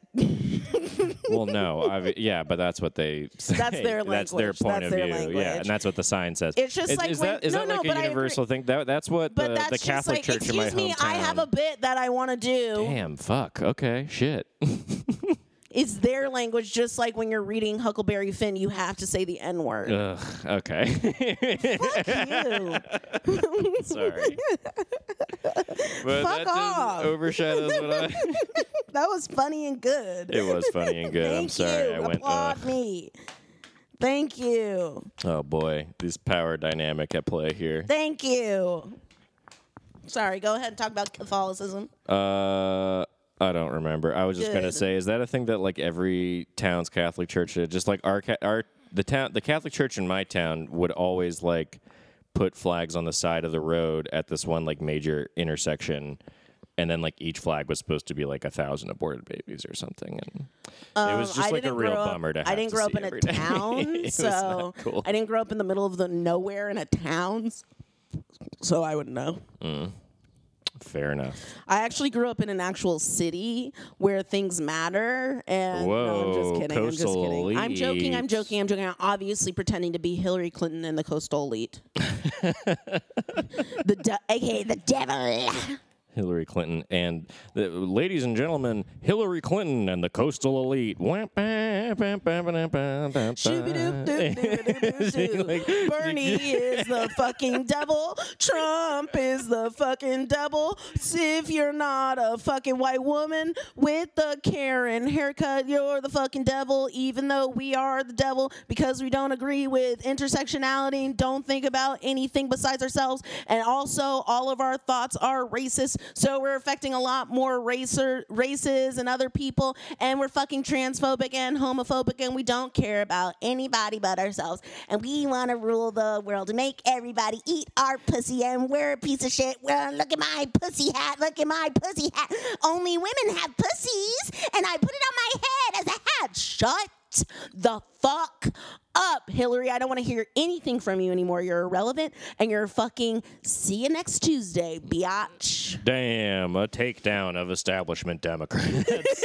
S1: Well, no, i yeah, but that's what they. Say.
S2: their
S1: That's their
S2: language.
S1: point
S2: That's
S1: of
S2: their
S1: view. Yeah,
S2: language.
S1: and that's what the sign says.
S2: It's just
S1: is,
S2: like
S1: is
S2: when-
S1: that is
S2: no,
S1: that
S2: no,
S1: like
S2: but I
S1: a
S2: agree.
S1: universal thing? That that's what
S2: but
S1: the,
S2: that's
S1: the
S2: just
S1: Catholic
S2: like,
S1: Church in my
S2: excuse me
S1: hometown.
S2: i have a bit that i want to do
S1: Damn, fuck. Okay, shit.
S2: it's their language just like when you're reading huckleberry finn you have to say the n word
S1: Ugh, okay. Sorry. But
S2: Fuck
S1: that just
S2: off.
S1: overshadows what I.
S2: that was funny and good
S1: It was funny and good.
S2: Thank
S1: I'm sorry.
S2: you.
S1: I went. uh,
S2: Applaud me. Thank you.
S1: ugh. oh boy, this power dynamic at play here.
S2: Thank you. Sorry, go ahead and talk about Catholicism.
S1: Uh, I don't remember. I was just gonna
S2: Good.
S1: say, is that a thing that like every town's Catholic church, should- just like our ca- our the town, the Catholic church in my town would always like put flags on the side of the road at this one like major intersection. And then, like each flag was supposed to be like a thousand aborted babies or something, and it was
S2: Um,
S1: just
S2: I
S1: like a
S2: didn't
S1: real
S2: grow up-
S1: bummer to have.
S2: I didn't
S1: to
S2: grow
S1: see
S2: up in a
S1: every day. It
S2: town,
S1: was
S2: so
S1: not cool.
S2: I didn't grow up in the middle of the nowhere in a town, s- so I wouldn't know.
S1: fair enough.
S2: I actually grew up in an actual city where things matter. And no, I'm just
S1: Whoa,
S2: kidding. I'm just
S1: coastal
S2: kidding. I'm joking. I'm
S1: elite.
S2: joking. I'm joking. I'm obviously pretending to be Hillary Clinton and the coastal elite. the de- aka the devil.
S1: Hillary Clinton and the, ladies and gentlemen, Hillary Clinton and the coastal elite. Like,
S2: Bernie is the fucking devil. Trump is the fucking devil. If you're not a fucking white woman with the Karen haircut, you're the fucking devil, even though we are the devil because we don't agree with intersectionality and don't think about anything besides ourselves. And also, all of our thoughts are racist. So we're affecting a lot more racer, races and other people. And we're fucking transphobic and homophobic and we don't care about anybody but ourselves.
S3: And we want to rule the world and make everybody eat our pussy. And we're a piece of shit. Well, look at my pussy hat. Look at my pussy hat. Only women have pussies. And I put it on my head as a hat. Shut
S2: the fuck up, Hillary. I don't want to hear anything from you anymore. You're irrelevant and you're fucking see you next Tuesday, biatch.
S1: Damn, a takedown of establishment Democrats.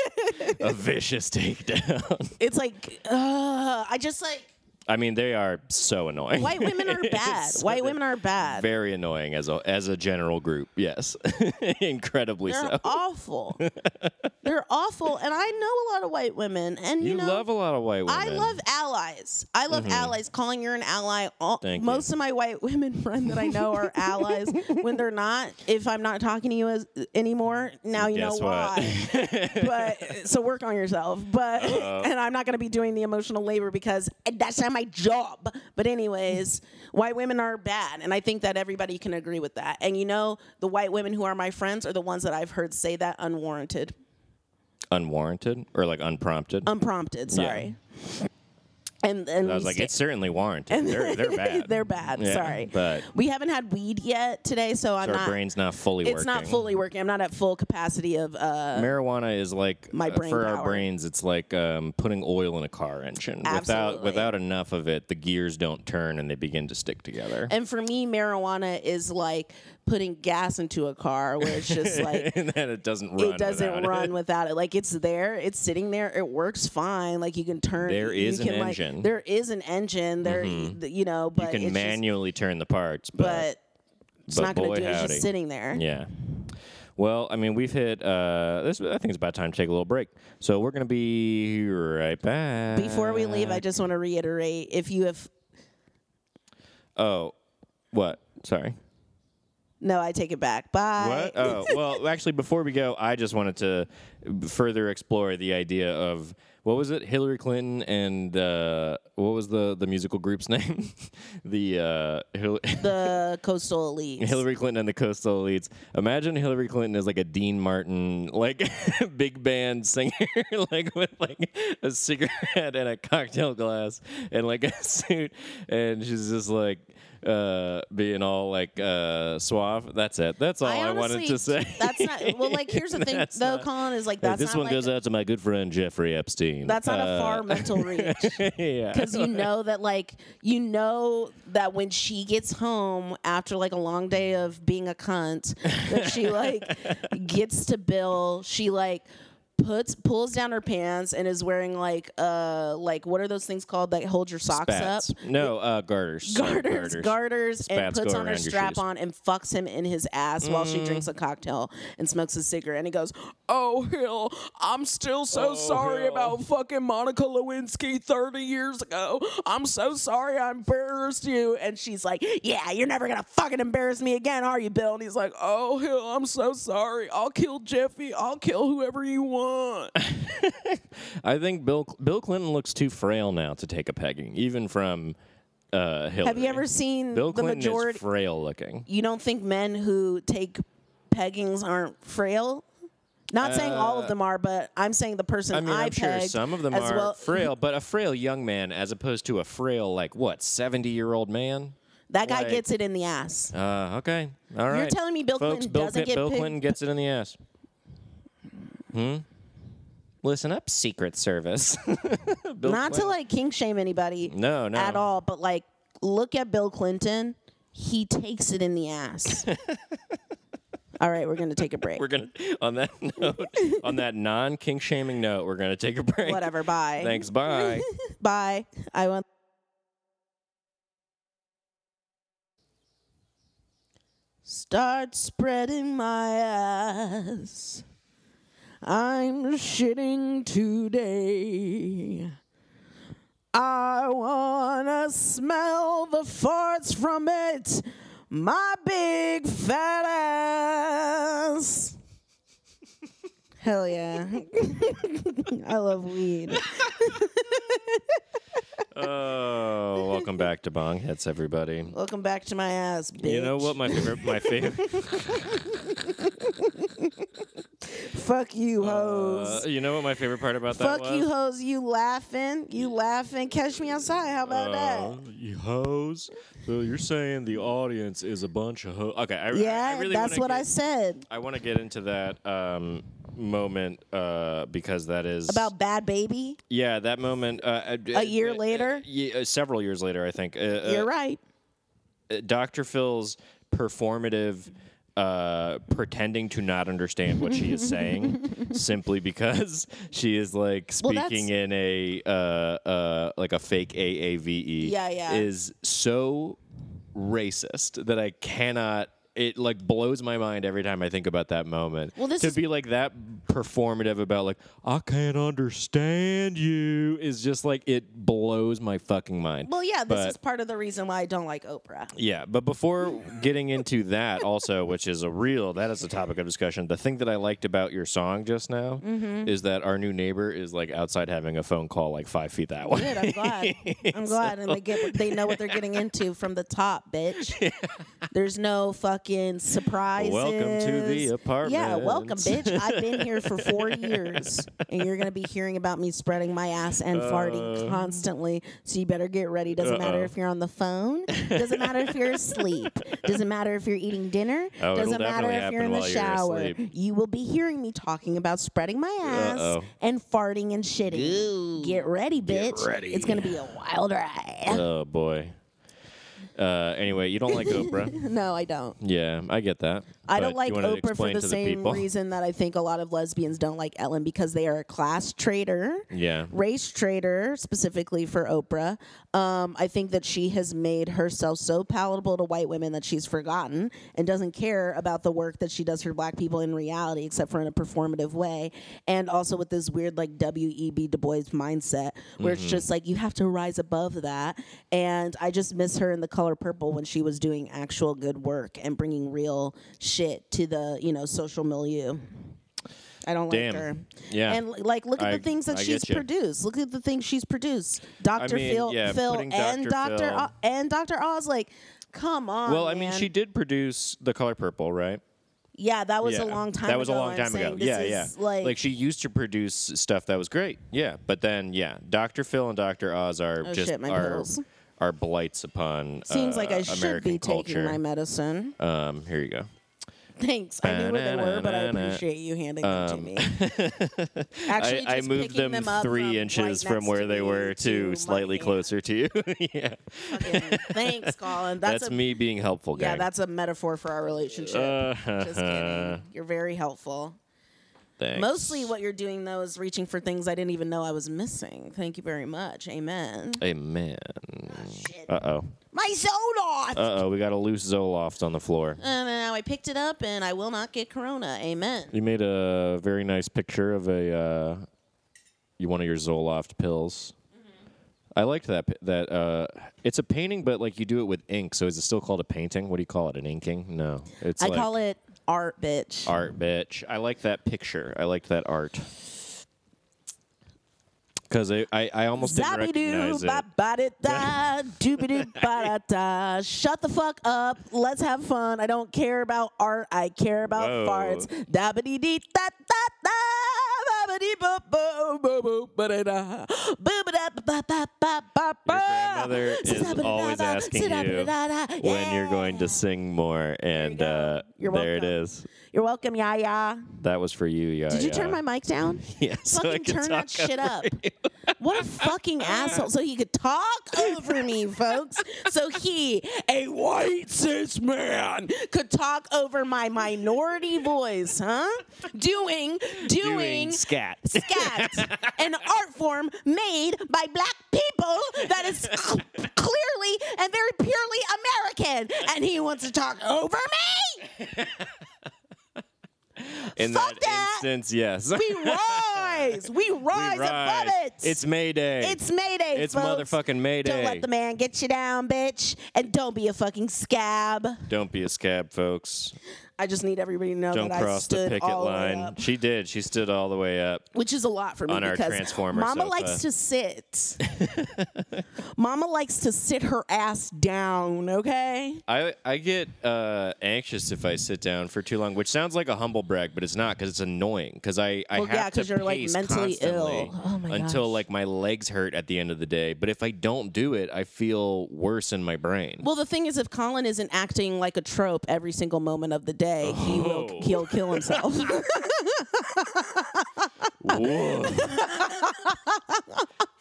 S1: a vicious takedown.
S2: It's like, uh, I just like,
S1: I mean, they are so annoying.
S2: white women are bad.
S1: It's
S2: White women are bad.
S1: Very annoying as a as a general group. Yes, incredibly
S2: They're
S1: so.
S2: awful. They're awful. And I know a lot of white women. And you,
S1: You
S2: know,
S1: love a lot of white women.
S2: I love allies. I love allies. Calling you're an ally. All,
S1: Mm-hmm. Thank you.
S2: most of my white women friend that I know are allies. When they're not, if I'm not talking to you as, anymore, now you
S1: Guess
S2: know
S1: what?
S2: why. but so work on yourself. But and I'm not going to be doing the emotional labor because that's not my job. But anyways, white women are bad, and I think that everybody can agree with that. And you know, the white women who are my friends are the ones that I've heard say that unwarranted,
S1: unwarranted or like unprompted.
S2: unprompted. Sorry. And and
S1: I was
S2: we
S1: like,
S2: sta-
S1: it's certainly warranted. They're they're bad.
S2: They're bad.
S1: Yeah,
S2: Sorry.
S1: but-
S2: we haven't had weed yet today, so I'm
S1: Our
S2: not.
S1: brain's not fully
S2: it's
S1: working.
S2: not fully working. I'm not at full capacity of. uh
S1: Marijuana is like
S2: My
S1: uh,
S2: brain
S1: for our
S2: power.
S1: brains. It's like um, putting oil in a car engine. Without
S2: Absolutely.
S1: without enough of it, the gears don't turn and they begin to stick together.
S2: And for me, marijuana is like putting gas into a car, where it's just like.
S1: and then it doesn't run.
S2: It doesn't
S1: without it.
S2: run without it. Like it's there, it's sitting there, it works fine. Like you can turn.
S1: There
S2: you
S1: is an
S2: can, like-
S1: engine. Mm-hmm.
S2: There is an engine. There, you know, but
S1: You can
S2: it's just,
S1: manually turn the parts, but,
S2: but it's
S1: but
S2: not going
S1: boy,
S2: to do. it. It's
S1: howdy.
S2: just sitting there.
S1: yeah. Well, I mean, we've hit. Uh, this, I think it's about time to take a little break. So we're gonna be right back.
S2: Before we leave, I just want to reiterate: if you have
S1: Oh, what? Sorry.
S2: no, I take it back. Bye.
S1: What? Oh, well, actually, before we go, I just wanted to further explore the idea of what was it? Hillary Clinton and uh, what was the the musical group's name? the uh, Hil-
S2: the coastal elite.
S1: Hillary Clinton and the Coastal Elites. Imagine Hillary Clinton as like a Dean Martin, like big band singer, like with like a cigarette and a cocktail glass and like a suit, and she's just like uh being all like uh suave that's it that's all i, wanted to say
S2: That's not well. Like here's the thing,
S1: That's
S2: though,
S1: not-
S2: Colin is like
S1: Hey,
S2: that's
S1: this
S2: not
S1: one
S2: like,
S1: goes uh, out to my good friend Jeffrey Epstein.
S2: That's not a far mental reach
S1: far. yeah.
S2: because you know that like you know that when she gets home after like a long day of being a cunt, that she like gets to Bill. She like puts pulls down her pants and is wearing like uh like what are those things called that hold your socks
S1: Spats.
S2: up?
S1: No, uh, garters. Sorry,
S2: garters, garters, and
S1: Spats
S2: puts
S1: go
S2: on her
S1: around your
S2: strap
S1: shoes. Mm.
S2: on and fucks him in his ass while she drinks a cocktail and smokes a cigarette. And he goes, "Oh Hill, I'm still so
S1: Oh,
S2: sorry
S1: Hill."
S2: about fucking Monica Lewinsky 30 years ago. I'm so sorry I embarrassed you." And she's like, "Yeah, you're never gonna fucking embarrass me again, are you, Bill?" And he's like, "Oh Hill, I'm so sorry. I'll kill Jeffy. I'll kill whoever you want."
S1: I think Bill Bill Clinton looks too frail now to take a pegging, even from uh, Hillary.
S2: Have you ever seen
S1: Bill
S2: the
S1: Clinton
S2: majority?
S1: is frail looking.
S2: you don't think men who take peggings aren't frail? Not saying all of them are, but I'm saying the person I,
S1: Uh, I mean, I am sure
S2: pegged
S1: some of them
S2: as
S1: are
S2: well.
S1: frail, but a frail young man as opposed to a frail like what seventy year old man.
S2: That guy
S1: like-
S2: gets it in the ass.
S1: Uh, okay, all right.
S2: telling me Bill
S1: Folks,
S2: Clinton
S1: Bill,
S2: doesn't
S1: Cli-
S2: get
S1: Bill
S2: pig-
S1: Clinton gets it in the ass. Hmm. Listen up, Secret Service. Bill
S2: Not to
S1: Clinton.
S2: like kink shame anybody,
S1: No, no.
S2: at all. But like, look at Bill Clinton. He takes it in the ass. all right, we're gonna take a break.
S1: We're gonna on that note, on that non kink shaming note, we're gonna take a break.
S2: Whatever. Bye.
S1: Thanks. Bye.
S2: Bye. I want. Start spreading my ass. I'm shitting today. I wanna smell the farts from it. My big fat ass. Hell yeah. I love weed.
S1: Oh, welcome back to Bong Hits, everybody.
S2: Welcome back to my ass, bitch.
S1: You know what my favorite my favorite
S2: Fuck you, hoes.
S1: uh, you know what my favorite part about that
S2: Fuck
S1: was?
S2: you, hoes. You laughing. You laughing. Catch me outside. How about
S1: Uh, you hoes. So you're saying the audience is a bunch of hoes. Okay, I,
S2: that?
S1: I-
S2: Yeah,
S1: I really
S2: that's
S1: wanna
S2: what I
S1: get-
S2: said
S1: I want to get into that um, moment uh, because that is
S2: about Bad Baby.
S1: yeah that moment uh,
S2: A year later?
S1: yeah, uh, several years later I think uh,
S2: You're
S1: uh,
S2: right.
S1: Dr. uh, Phil's performative uh, pretending to not understand what she is saying simply because she is like
S2: Well, that's-
S1: speaking in a uh, uh, like a fake AAVE
S2: Yeah, yeah.
S1: is so racist that I cannot it like blows my mind every time I think about that moment.
S2: Well, this
S1: to
S2: is-
S1: be like that performative about like I can't understand you is just like it blows my fucking mind.
S2: Well, yeah, this
S1: But-
S2: is part of the reason why I don't like Oprah.
S1: yeah, but before getting into that, also, which is a real that is a topic of discussion. The thing that I liked about your song just now
S2: Mm-hmm.
S1: is that our new neighbor is like outside having a phone call like five feet that way.
S2: Good. I'm glad. I'm glad, and they get they know what they're getting into from the top, bitch. There's no fucking surprises.
S1: the apartment.
S2: Yeah, welcome, bitch. I've been here for four years, and you're gonna be hearing about me spreading my ass and
S1: Uh.
S2: farting constantly. So you better get ready. Doesn't matter if you're on the phone. Doesn't matter if you're asleep. Doesn't matter if you're eating dinner.
S1: Oh, it'll
S2: Doesn't matter
S1: definitely
S2: if you're
S1: happen
S2: in
S1: while
S2: the
S1: you're
S2: shower.
S1: asleep.
S2: you will be hearing me talking about spreading my ass
S1: Uh-oh.
S2: and farting and shitting. Get ready, bitch.
S1: ready.
S2: It's gonna be a wild ride.
S1: Oh boy. Uh, anyway, you don't like Oprah.
S2: No, I don't.
S1: Yeah, I get that.
S2: I
S1: But
S2: don't
S1: you
S2: like
S1: wanted to
S2: Oprah for
S1: explain
S2: the,
S1: to
S2: same
S1: people.
S2: reason that I think a lot of lesbians don't like Ellen because they are a class traitor,
S1: Yeah.
S2: race traitor, specifically for Oprah. Um, I think that she has made herself so palatable to white women that she's forgotten and doesn't care about the work that she does for black people in reality, except for in a performative way. And also with this weird, like, W.E.B. Du Bois mindset where
S1: Mm-hmm.
S2: it's just like you have to rise above that. And I just miss her in the color purple when she was doing actual good work and bringing real shit to the, you know, social milieu. I don't
S1: Damn.
S2: like her.
S1: Yeah.
S2: And like look at
S1: I-
S2: the things that
S1: I
S2: she's
S1: get ya.
S2: produced. Look at the things she's produced. Dr.
S1: mean,
S2: Phil,
S1: yeah,
S2: Phil
S1: putting
S2: and
S1: Dr.
S2: Dr.
S1: Phil-
S2: O- and Dr. Oz like come on.
S1: Well, I mean,
S2: man.
S1: she did produce The Color Purple, right?
S2: Yeah, that was a
S1: Yeah.
S2: long time ago.
S1: That was a long
S2: I'm
S1: time ago.
S2: saying. This
S1: Yeah, yeah.
S2: is, Like,
S1: she used to produce stuff that was great. Yeah, but then yeah, Dr. Phil and Dr. Oz are just
S2: Oh, shit, my
S1: are,
S2: pills.
S1: are blights upon
S2: seems
S1: uh,
S2: like I should
S1: American
S2: be
S1: culture.
S2: taking my medicine.
S1: um, here you go.
S2: Thanks. I knew where they were, but I
S1: Ba-na-na-na-na.
S2: appreciate you handing them to me. Actually,
S1: um, I, I
S2: just
S1: moved
S2: picking
S1: them,
S2: up
S1: three
S2: right
S1: inches
S2: next
S1: from where
S2: to
S1: they
S2: me
S1: were to,
S2: my
S1: slightly
S2: hand.
S1: closer to you. yeah,
S2: Fucking- Thanks, Colin. That's,
S1: that's
S2: a,
S1: me being helpful,
S2: Yeah,
S1: gang.
S2: that's a metaphor for our relationship.
S1: Uh,
S2: Just
S1: uh-huh.
S2: kidding. You're very helpful.
S1: Thanks.
S2: Mostly what you're doing, though, is reaching for things I didn't even know I was missing. Thank you very much. Amen.
S1: Amen.
S3: shit.
S1: Uh oh.
S3: My Zoloft.
S1: Uh oh. We got a loose Zoloft on the floor.
S2: And now I picked it up and I will not get corona. Amen.
S1: You made a very nice picture of a uh, you one of your Zoloft pills.
S2: Mm-hmm.
S1: I liked that pi- that uh, it's a painting, but like you do it with ink. So is it still called a painting? What do you call it? An inking? No, it's
S2: I
S1: like
S2: call it art, bitch.
S1: art, bitch. I like that picture. I liked that art because I, I I almost didn't
S2: Zappy doo,
S1: recognize it.
S2: ba ba da da, doobie doo ba da da. Shut the fuck up. Let's have fun. I don't care about art. I care about
S1: Whoa.
S2: farts. Dabbity dee da da da, babbity bo bo bo bo ba da da, boo ba da ba ba ba ba ba.
S1: Your grandmother is
S2: Sa-da-ba-da-da-da,
S1: always asking you
S2: sa-da-ba-da-da-da.
S1: when you're
S2: Yeah.
S1: going to sing more, and
S2: go.
S1: uh,
S2: You're
S1: there it
S2: welcome.
S1: is.
S3: You're welcome, Yaya.
S1: That was for you, yeah.
S3: Did you turn my mic down?
S1: yeah, so I
S2: fucking
S1: could
S2: turn that
S1: talk
S2: shit
S1: over
S2: up.
S1: you.
S2: What a fucking asshole. So he could talk over me, folks. So he, a white cis man, could talk over my minority voice, huh? Doing, doing,
S4: doing scat.
S2: scat, an art form made by black people that is cl- clearly and very purely American. And he wants to talk over me?
S1: In
S2: Fuck
S1: that,
S2: that.
S1: instance, yes.
S2: We rise. We rise, above
S1: Rise.
S2: it.
S1: It's Mayday.
S2: It's Mayday.
S1: It's
S2: folks.
S1: motherfucking Mayday.
S2: Don't let the man get you down, bitch. And don't be a fucking scab.
S1: Don't be a scab, folks.
S2: I just need everybody to know
S1: Don't
S2: that I
S1: cross
S2: stood
S1: the picket
S2: all the way
S1: line.
S2: up,
S1: She did. She stood all the way up.
S2: which is a lot for me
S1: On our
S2: because
S1: Transformer
S2: Mama
S1: sofa.
S2: likes to sit. Mama likes to sit her ass down. Okay.
S1: I I get uh, anxious if I sit down for too long, which sounds like a humble brag, but it's not because it's annoying. Because I I
S2: Well,
S1: have
S2: yeah,
S1: to
S2: 'cause you're, like,
S1: pace
S2: mentally
S1: constantly
S2: ill. Oh, my
S1: until
S2: gosh.
S1: like my legs hurt at the end of the day. But if I don't do it, I feel worse in my brain.
S2: Well, the thing is, if Colin isn't acting like a trope every single moment of the day, he will
S1: Oh.
S2: he'll kill himself.
S1: Whoa.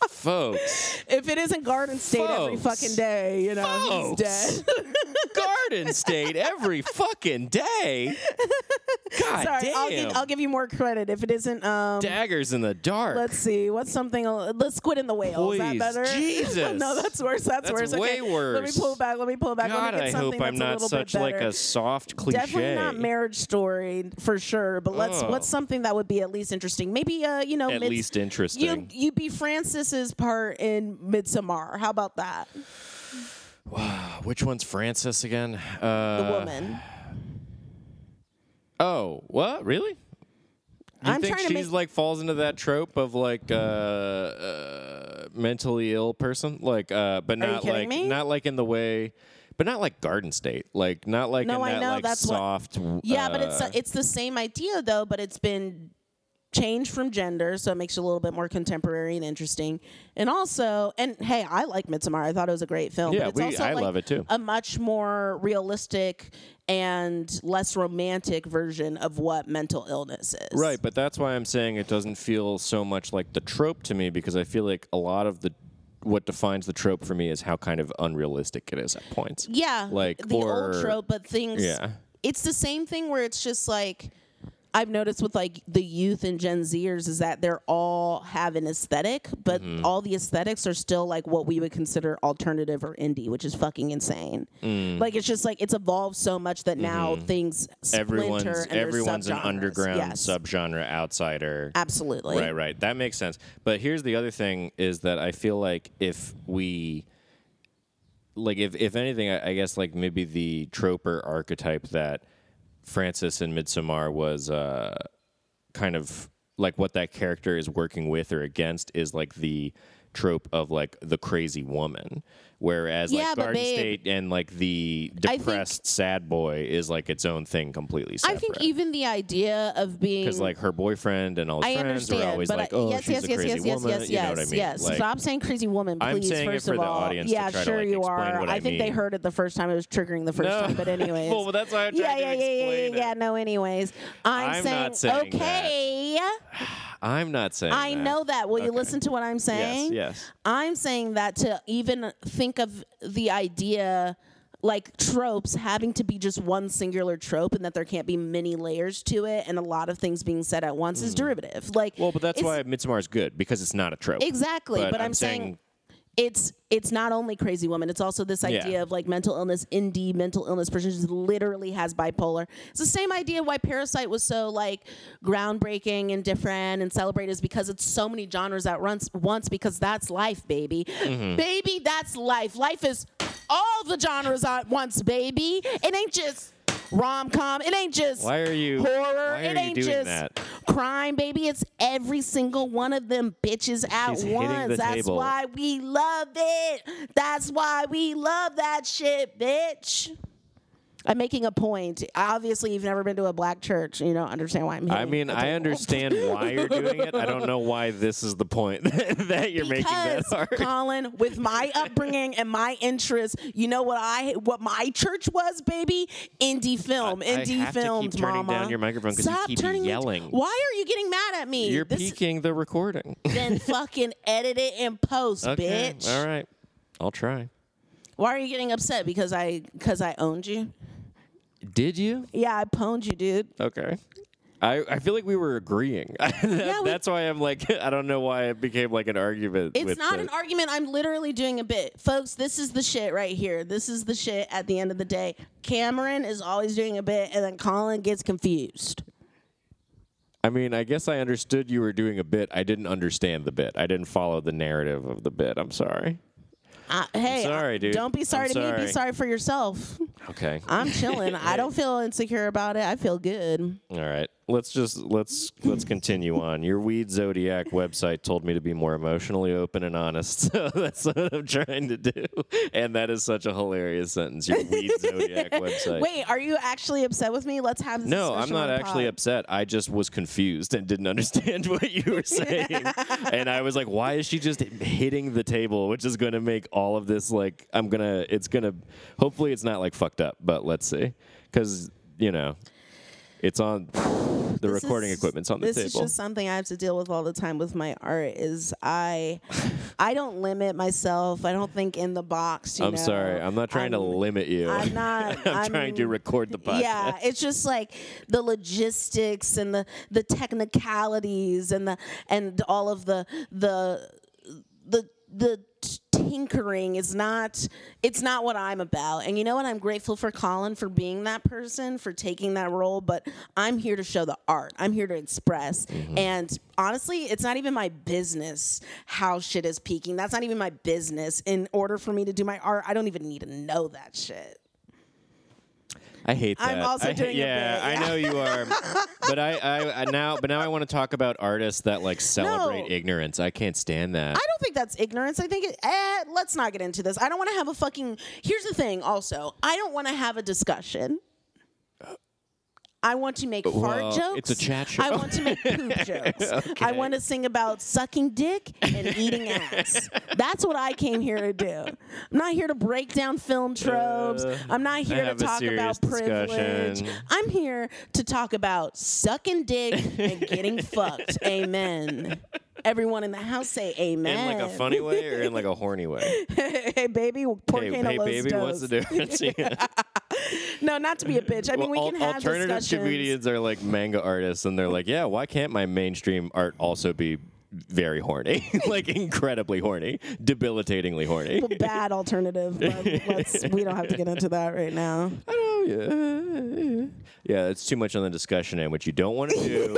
S1: Folks,
S2: if it isn't Garden State every
S1: Folks.
S2: fucking day, you know
S1: Folks.
S2: he's dead.
S1: Garden State every fucking day. God
S2: Sorry,
S1: damn.
S2: I'll give, I'll give you more credit if it isn't. Um,
S1: Daggers in the dark.
S2: let's see, what's something? a- The squid in the whale. Is that
S1: Please,
S2: better?
S1: Jesus.
S2: no, that's worse. That's,
S1: That's
S2: worse.
S1: way
S2: Okay, Let me
S1: worse.
S2: pull back. Let me pull back.
S1: God,
S2: let me
S1: I
S2: get
S1: hope
S2: something
S1: I'm
S2: that's a
S1: not
S2: little
S1: such
S2: bit
S1: like
S2: better.
S1: a soft cliche.
S2: Definitely not marriage story for sure, but let's
S1: Oh.
S2: what's something that would be at least interesting? Maybe uh, you know,
S1: At
S2: Mids-
S1: least interesting.
S2: You you be Francis's part in Midsommar. How about that?
S1: Uh, Which one's Francis again? Uh,
S2: The woman.
S1: Oh, what? Really? You
S2: I'm
S1: think
S2: trying
S1: she's
S2: to make
S1: like falls into that trope of like uh, uh mentally ill person, like uh, but not
S2: kidding
S1: like
S2: me?
S1: not like in the way, but not like Garden State, like not like
S2: No,
S1: in
S2: I
S1: that
S2: know,
S1: like
S2: that's what-
S1: soft.
S2: Yeah, but it's
S1: uh,
S2: it's the same idea though, but it's been changed from gender, so it makes it a little bit more contemporary and interesting. And also, and hey, I like Midsommar. I thought it was a great film.
S1: Yeah,
S2: but it's
S1: we-
S2: also
S1: I
S2: like
S1: love it, too.
S2: A much more realistic and less romantic version of what mental illness is.
S1: Right, but that's why I'm saying it doesn't feel so much like the trope to me because I feel like a lot of the what defines the trope for me is how kind of unrealistic it is at points.
S2: Yeah.
S1: Like,
S2: the
S1: or-
S2: old trope, but things.
S1: Yeah.
S2: It's the same thing where it's just like. I've noticed with like the youth and Gen Zers is that they're all have an aesthetic, but
S1: Mm-hmm.
S2: all the aesthetics are still like what we would consider alternative or indie, which is fucking insane.
S1: Mm.
S2: Like it's just like it's evolved so much that now things splinter
S1: Mm-hmm. Everyone's
S2: and there's
S1: everyone's an
S2: subgenres.
S1: underground
S2: yes,
S1: subgenre outsider.
S2: Absolutely.
S1: Right, right. That makes sense. But here's the other thing is that I feel like if we like if if anything, I, I guess like maybe the trope or archetype that Francis in Midsommar was uh kind of like what that character is working with or against is like the trope of like the crazy woman. Whereas
S2: Yeah,
S1: like
S2: but
S1: Garden
S2: babe-
S1: State and like the
S2: I think-
S1: depressed sad boy is like its own thing completely
S2: I
S1: separate.
S2: think even the idea of being
S1: Because like her boyfriend and all
S2: I
S1: his friends were
S2: understand,
S1: always
S2: but
S1: like,
S2: I,
S1: "Oh,
S2: yes,
S1: she's
S2: yes,
S1: a
S2: yes,
S1: crazy
S2: yes, yes,
S1: woman."
S2: yes,
S1: you know what I
S2: yes,
S1: mean?
S2: yes.
S1: Like,
S2: Stop saying crazy woman, please.
S1: I'm saying it
S2: first
S1: for
S2: of
S1: the
S2: all,
S1: audience to
S2: yeah,
S1: try to,
S2: sure
S1: like,
S2: you
S1: explain
S2: are.
S1: what
S2: I,
S1: I
S2: think they
S1: mean.
S2: heard it the first time. It was triggering the first
S1: No.
S2: time, but anyways.
S1: Well, but that's why I'm
S2: yeah,
S1: trying to
S2: yeah, yeah, yeah,
S1: explain
S2: yeah, yeah.
S1: it.
S2: No, anyways, I'm,
S1: I'm
S2: saying,
S1: not saying that.
S2: okay.
S1: I'm not saying.
S2: I
S1: that.
S2: know that. Will you
S1: Okay.
S2: listen to what I'm saying?
S1: yes.
S2: I'm saying that to even think of the idea like tropes having to be just one singular trope and that there can't be many layers to it and a lot of things being said at once is derivative. Like
S1: Hmm. Well, but that's
S2: it's-
S1: why Midsommar is good because it's not a trope.
S2: Exactly, but, I'm, saying, it's it's not only crazy woman. It's also this
S1: Yeah.
S2: idea of like mental illness, indie mental illness person who literally has bipolar. It's the same idea why Parasite was so like groundbreaking and different and celebrated is because it's so many genres at once. Once because that's life, baby.
S1: Mm-hmm.
S2: Baby, that's life. Life is all the genres at once, baby. It ain't just rom com. It ain't just
S1: Why are you-
S2: horror.
S1: why are
S2: it
S1: you
S2: ain't
S1: doing
S2: just
S1: that?
S2: crime, baby. It's every single one of them bitches at
S1: She's hitting
S2: once.
S1: the
S2: That's
S1: table.
S2: why we love it. That's why we love that shit, bitch. I'm making a point. Obviously, you've never been to a black church. You don't understand why I'm here.
S1: I mean, I understand why you're doing it. I don't know why this is the point that you're making that
S2: because
S1: hard.
S2: Colin, with my upbringing and my interests, you know what I what my church was, baby? Indie film,
S1: I- I
S2: indie
S1: have to keep
S2: films,
S1: turning
S2: mama.
S1: down your microphone 'cause you
S2: Stop
S1: keep
S2: turning your-
S1: yelling.
S2: Why are you getting mad at me?
S1: You're
S2: this
S1: peeking the recording.
S2: then fucking edit it and post,
S1: Okay,
S2: bitch.
S1: All right. I'll try.
S2: Why are you getting upset because I because I owned you?
S1: Did you?
S2: Yeah, I pwned you, dude.
S1: Okay. I, I feel like we were agreeing. That-
S2: we-
S1: that's why I'm like I don't know why it became like an argument.
S2: It's
S1: with
S2: not
S1: the-
S2: an argument. I'm literally doing a bit. Folks, this is the shit right here. This is the shit at the end of the day. Cameron is always doing a bit, and then Colin gets confused.
S1: I mean, I guess I understood you were doing a bit. I didn't understand the bit. I didn't follow the narrative of the bit. I'm sorry.
S2: I, hey,
S1: sorry,
S2: I-
S1: dude.
S2: Don't be
S1: I'm
S2: sorry to me.
S1: sorry.
S2: Be sorry for yourself.
S1: Okay.
S2: I'm chilling. I don't feel insecure about it. I feel good.
S1: All right. Let's just let's let's continue on. Your weed zodiac website told me to be more emotionally open and honest. So that's what I'm trying to do. And that is such a hilarious sentence. Your weed zodiac website.
S2: Wait, are you actually upset with me? Let's have this
S1: No, I'm
S2: discussion
S1: not
S2: on
S1: actually
S2: pod.
S1: upset. I just was confused and didn't understand what you were saying. and I was like, why is she just hitting the table, which is going to make all of this like I'm going to it's going to hopefully it's not like fucked up, but let's see. Cuz you know, it's on the
S2: This
S1: recording
S2: is-
S1: equipment's on the
S2: this
S1: table.
S2: is just something I have to deal with all the time with my art. Is I, I don't limit myself. I don't think in the box. You
S1: I'm
S2: know?
S1: sorry. I'm not trying to
S2: I'm-
S1: limit you.
S2: I'm not.
S1: I'm, trying to record the podcast.
S2: Yeah, it's just like the logistics and the the technicalities and the and all of the the the the t- tinkering is not it's not what I'm about. And you know what? I'm grateful for Colin for being that person, for taking that role, but I'm here to show the art. I'm here to express.
S1: Mm-hmm.
S2: And honestly, it's not even my business how shit is peaking. That's not even my business. In order for me to do my art, I don't even need to know that shit.
S1: I hate that.
S2: I'm also
S1: I hate-
S2: doing a
S1: yeah,
S2: bit, yeah.
S1: I know you are. but I, I, I now, but now I want to talk about artists that like celebrate
S2: No.
S1: ignorance. I can't stand that.
S2: I don't think that's ignorance. I think it, eh, let's not get into this. I don't want to have a fucking. Here's the thing. Also, I don't want to have a discussion. I want to make fart
S1: Well, it's
S2: jokes.
S1: a chat show.
S2: I want to make poop jokes. I want to sing about sucking dick and eating ass. That's what I came here to do. I'm not here to break down film tropes.
S1: Uh,
S2: I'm not here to
S1: have a
S2: talk
S1: serious
S2: about privilege.
S1: discussion.
S2: I'm here to talk about sucking dick and getting fucked. Amen. Everyone in the house say amen.
S1: in like a funny way or in like a horny way.
S2: hey baby, pork
S1: hey,
S2: ain't a
S1: hey
S2: Los
S1: baby, what's the
S2: Dos.
S1: difference? Yeah.
S2: No, not to be a bitch. I mean, we
S1: Al-
S2: can have
S1: alternative
S2: discussions.
S1: comedians are like manga artists, and they're like, yeah, why can't my mainstream art also be very horny, like incredibly horny, debilitatingly horny?
S2: Well, Bad alternative, but let's, we don't have to get into that right now.
S1: Oh, yeah. Yeah, it's too much on the discussion end, which you don't want to do.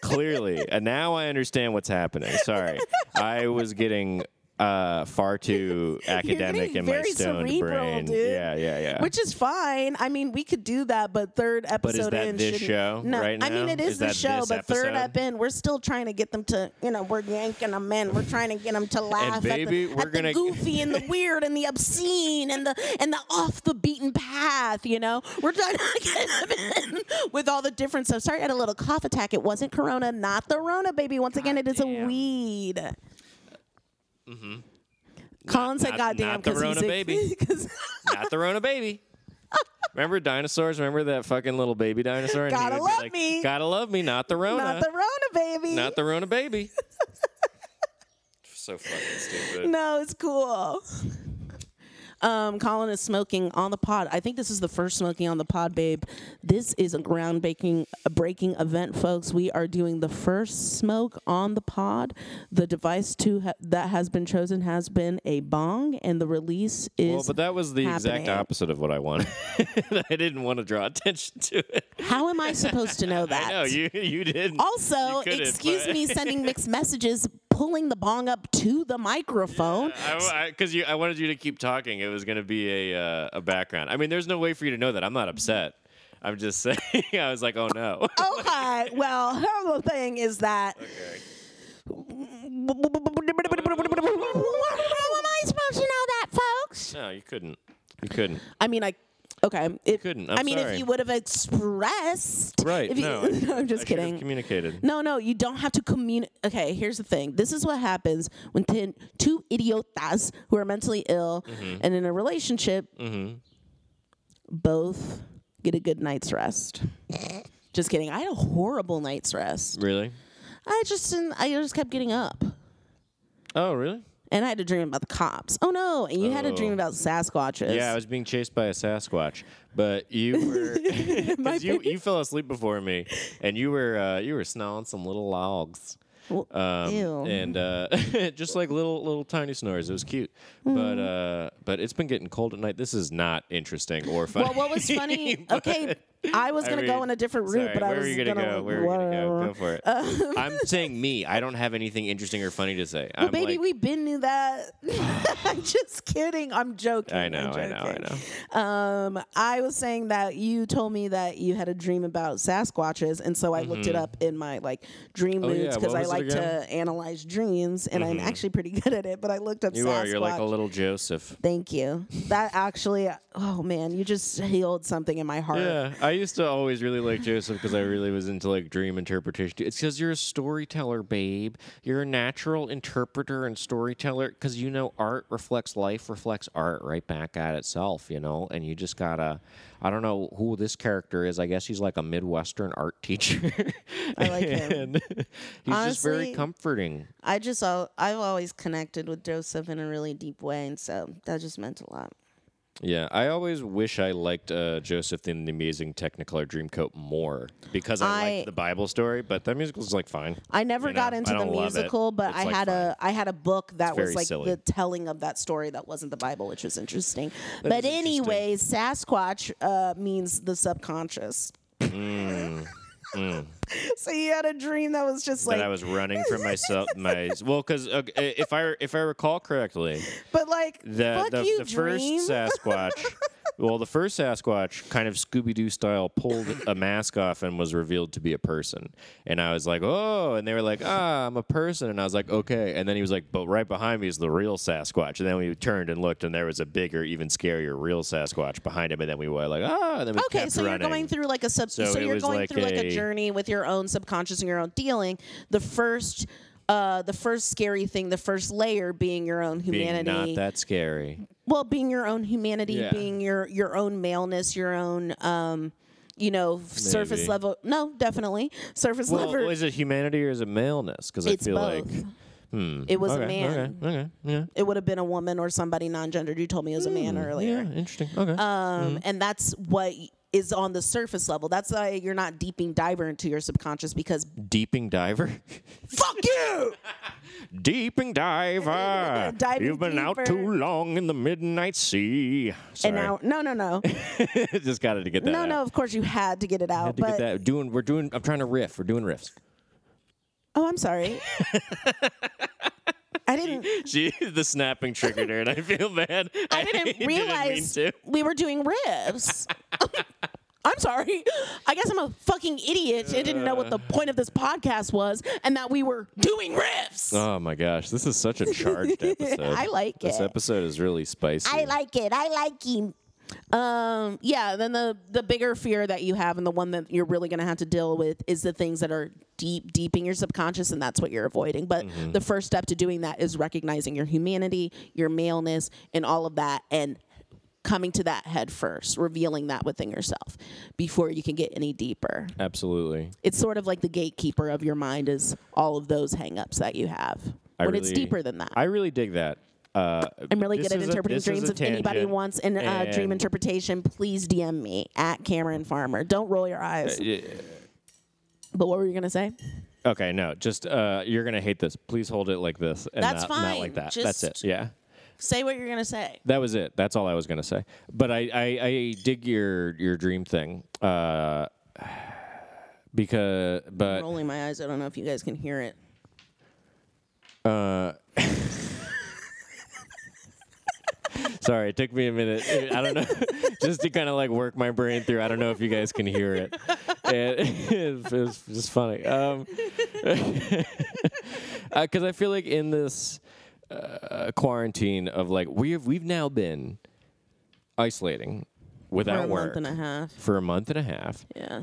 S1: Clearly. And now I understand what's happening. Sorry. I was getting uh, far too academic
S2: getting
S1: in my
S2: very
S1: stoned
S2: cerebral,
S1: brain.
S2: dude.
S1: Yeah, yeah, yeah.
S2: Which is fine. I mean, we could do that, but third episode
S1: is that
S2: in
S1: this
S2: shouldn't-
S1: show
S2: No,
S1: right
S2: I mean
S1: now?
S2: it is,
S1: Is
S2: the
S1: that
S2: show,
S1: this
S2: but third
S1: episode?
S2: up in, we're still trying to get them to, you know, we're yanking them in. We're trying to get them to laugh
S1: baby,
S2: at the,
S1: we're
S2: at the
S1: gonna-
S2: goofy and the weird and the obscene and the and the off the beaten path. You know, we're trying to get them in with all the different stuff. Sorry, I had a little cough attack. It wasn't Corona, not the Rona, baby. Once again, it is a
S1: Goddamn.
S2: weed. Colin said,
S1: not-
S2: "Goddamn,"
S1: not the
S2: because he's
S1: Rona,
S2: a-
S1: baby.
S2: 'cause-
S1: Not the Rona baby. Remember dinosaurs? Remember that fucking little baby dinosaur? And he
S2: Gotta
S1: would be
S2: love
S1: like,
S2: me.
S1: Gotta love me, not the Rona.
S2: not the Rona, baby.
S1: Not the Rona baby. so fucking stupid.
S2: No, it's cool. Um, Colin is smoking on the pod. I think this is the first smoking on the pod, babe. This is a groundbreaking a breaking event, folks. We are doing the first smoke on the pod. The device to ha- that has been chosen has been a bong, and the release is.
S1: Well, but that was the exact
S2: happening.
S1: opposite of what I wanted. I didn't want to draw attention to it.
S2: How am I supposed to know that?
S1: No, you you didn't.
S2: also,
S1: you couldn't,
S2: excuse
S1: but-
S2: me, sending mixed messages, pulling the bong up to the microphone.
S1: Because you, I wanted you to keep talking. It was going to be a uh, a background. I mean, there's no way for you to know that. I'm not upset. I'm just saying. I was like, oh no.
S2: okay. Well, her little thing is that.
S3: How am I supposed to know that, folks?
S1: No, you couldn't. You couldn't.
S2: I mean, I Okay. It,
S1: couldn't. I'm
S2: I mean,
S1: sorry.
S2: if you would have expressed.
S1: Right.
S2: If you,
S1: no, I should-
S2: I'm
S1: I should
S2: just
S1: have
S2: kidding.
S1: Communicated.
S2: No, no, you don't have to communicate. Okay, here's the thing. This is what happens when ten, two idiotas who are mentally ill
S1: Mm-hmm.
S2: and in a relationship both get a good night's rest. just kidding. I had a horrible night's rest.
S1: Really?
S2: I just didn't, I just kept getting up.
S1: Oh, really?
S2: And I had to dream about the cops. Oh no! And you had a
S1: Oh.
S2: dream about Sasquatches.
S1: Yeah, I was being chased by a Sasquatch, but you were 'cause you, you fell asleep before me, and you were uh, you were smelling some little logs,
S2: Well,
S1: um,
S2: ew.
S1: and uh, just like little little tiny snores. It was cute, but uh, but it's been getting cold at night. This is not interesting or funny.
S2: Mm. well, what was funny? okay, I was
S1: I
S2: gonna go
S1: mean,
S2: in a different route,
S1: sorry,
S2: but I
S1: where
S2: was
S1: were you gonna, go? Where were you gonna go? Go for it. I'm saying me. I don't have anything interesting or funny to say. I'm
S2: Baby,
S1: like,
S2: we been knew that. I'm just kidding. I'm joking.
S1: I know,
S2: I'm
S1: I know, I
S2: joking.
S1: know.
S2: Um, I was saying that you told me that you had a dream about Sasquatches, and so I looked it up in my like dream
S1: Mm-hmm. Oh, yeah,
S2: moods because
S1: what
S2: I
S1: was it
S2: like to
S1: again? Mm-hmm.
S2: analyze dreams, and I'm actually pretty good at it. But I looked up
S1: You
S2: Sasquatch.
S1: are. You're like a little Joseph.
S2: Thank you. That actually, oh man, you just healed something in my heart.
S1: Yeah, I used to always really like Joseph because I really was into like dream interpretation. It's because you're a storyteller, babe. You're a natural interpreter and storyteller because you know art reflects life, reflects art right back at itself, you know? And you just gotta, I don't know who this character is. I guess he's like a Midwestern art teacher.
S2: I like him.
S1: And he's just very
S2: Honestly-
S1: comforting.
S2: I just, al- I've always connected with Joseph in a really deep way, and so that just meant a lot.
S1: Yeah, I always wish I liked uh, Joseph in the Amazing Technicolor Dreamcoat more because I,
S2: I-
S1: liked the Bible story, but that musical's like fine.
S2: I never
S1: You know,
S2: got
S1: I
S2: into the
S1: don't love it.
S2: musical, but
S1: It's,
S2: I
S1: like,
S2: had a I had a book that was
S1: very
S2: like
S1: silly.
S2: the telling of that story that wasn't the Bible, which was interesting.
S1: is
S2: but
S1: interesting.
S2: anyways, Sasquatch uh, means the subconscious. so you had a dream that was just like,
S1: Mm. that I was running from myself. My well, because okay, if I if I recall correctly,
S2: but like
S1: the
S2: fuck
S1: the,
S2: you,
S1: the first
S2: dream.
S1: Sasquatch. Well, the first Sasquatch kind of Scooby Doo style pulled a mask off and was revealed to be a person. And I was like, oh. And they were like, ah, I'm a person. And I was like, okay. And then he was like, but right behind me is the real Sasquatch. And then we turned and looked, and there was a bigger, even scarier real Sasquatch behind him. And then we were like, ah. And then we
S2: Okay,
S1: kept
S2: so
S1: running.
S2: you're going through like a sub. So,
S1: So it
S2: you're
S1: was
S2: going
S1: like
S2: through like a
S1: a-
S2: journey with your own subconscious and your own dealing. The first, uh, the first scary thing, the first layer being your own
S1: being
S2: humanity.
S1: not that scary.
S2: well being your own humanity
S1: Yeah.
S2: being your your own maleness your own um you know f- surface
S1: Maybe.
S2: level no definitely surface
S1: Well,
S2: level
S1: is it humanity or is it maleness? Because I
S2: it's
S1: feel
S2: both
S1: like. Hmm.
S2: it was
S1: okay,
S2: a man
S1: Okay, okay, yeah,
S2: it would have been a woman or somebody non-gendered you told me it was a man earlier
S1: Hmm, yeah, interesting. Okay, Mm-hmm.
S2: um and that's what is on the surface level that's why you're not deeping diver into your subconscious because
S1: deeping diver,
S2: fuck you
S1: deeping diver.
S2: Diving
S1: You've been out
S2: deeper.
S1: too long in the midnight sea. Sorry,
S2: and now no no no
S1: just got to get that.
S2: no
S1: out.
S2: no of course you had to get it out
S1: Had to
S2: but
S1: get that. Doing, we're doing. I'm trying to riff. We're doing riffs.
S2: oh i'm sorry i didn't
S1: She, the snapping triggered her, and I feel bad.
S2: I didn't realize we were doing riffs. I'm sorry. I guess I'm a fucking idiot and didn't know what
S1: Uh.
S2: the point of this podcast was and that we were doing riffs.
S1: Oh my gosh, this is such a charged episode.
S2: I like
S1: This
S2: it.
S1: episode is really spicy.
S3: I like it. I like him.
S2: Um, yeah, then the the bigger fear that you have and the one that you're really going to have to deal with is the things that are deep deep in your subconscious and that's what you're avoiding. But
S1: Mm-hmm.
S2: the first step to doing that is recognizing your humanity, your maleness and all of that and coming to that head first, revealing that within yourself before you can get any deeper.
S1: Absolutely.
S2: It's sort of like the gatekeeper of your mind is all of those hangups that you have.
S1: I
S2: when it's
S1: really-
S2: deeper than that.
S1: I really dig that. Uh,
S2: I'm really
S1: this
S2: good at
S1: is a-
S2: interpreting
S1: this is
S2: dreams.
S1: a
S2: If anybody
S1: tangent,
S2: wants an uh, dream
S1: and-
S2: interpretation, please DM me at Cameron Farmer. Don't roll
S1: Uh,
S2: your eyes. but what were you gonna say?
S1: Okay, no, just uh, you're gonna hate this. Please hold it like this, and
S2: That's
S1: not, not like
S2: fine.
S1: that. That's it.
S2: Just-
S1: Yeah,
S2: Say what you're gonna say.
S1: that was it. That's all I was gonna say. But I, I, I dig your your dream thing, uh, because but
S2: Rolling my eyes. I don't know if you guys can hear it.
S1: sorry, it took me a minute. I don't know, just to kind of like work my brain through. I don't know if you guys can hear it. it, it was just funny. Um, because I feel like in this uh, quarantine of like we have we've now been isolating without
S2: for a
S1: work
S2: month and a half.
S1: for a month and a half,
S2: Yeah.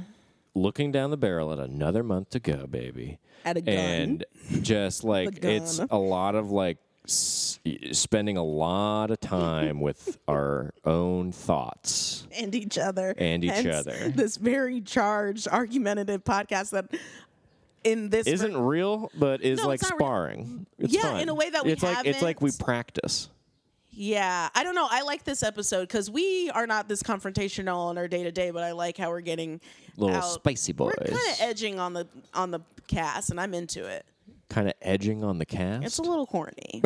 S1: looking down the barrel at another month to go, baby.
S2: At a gun.
S1: And just like
S2: gun.
S1: it's a lot of like s- spending a lot of time with our own thoughts.
S2: and each other
S1: And each
S2: Hence,
S1: other.
S2: This very charged, argumentative podcast that in this
S1: Isn't real, but is
S2: No,
S1: like
S2: it's not real.
S1: sparring. It's
S2: Yeah, in
S1: fun.
S2: a way that we
S1: it's like it's like we
S2: haven't-
S1: practice.
S2: yeah, I don't know. I like this episode because we are not this confrontational in our day to day, but I like how we're getting
S1: Little
S2: out.
S1: spicy boys.
S2: We're kind of edging on the on the cast, and I'm into it.
S1: Kind of edging on the cast.
S2: It's a little corny.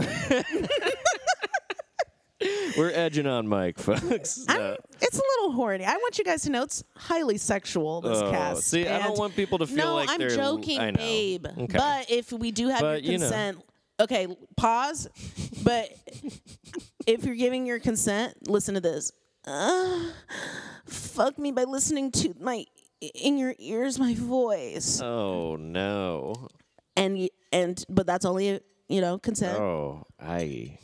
S1: We're edging on Mike, folks.
S2: I'm- it's a little horny. I want you guys to know it's highly sexual. This
S1: Oh,
S2: cast.
S1: see, I don't
S2: and-
S1: want people to feel
S2: no,
S1: like
S2: I'm
S1: they're-
S2: joking,
S1: I know.
S2: babe.
S1: Okay.
S2: But if we do have
S1: But,
S2: your
S1: you know.
S2: consent, okay, pause. But if you're giving your consent, listen to this. Uh, fuck me by listening to my in your ears my voice
S1: oh no.
S2: and y- and but that's only you know consent.
S1: Oh, I.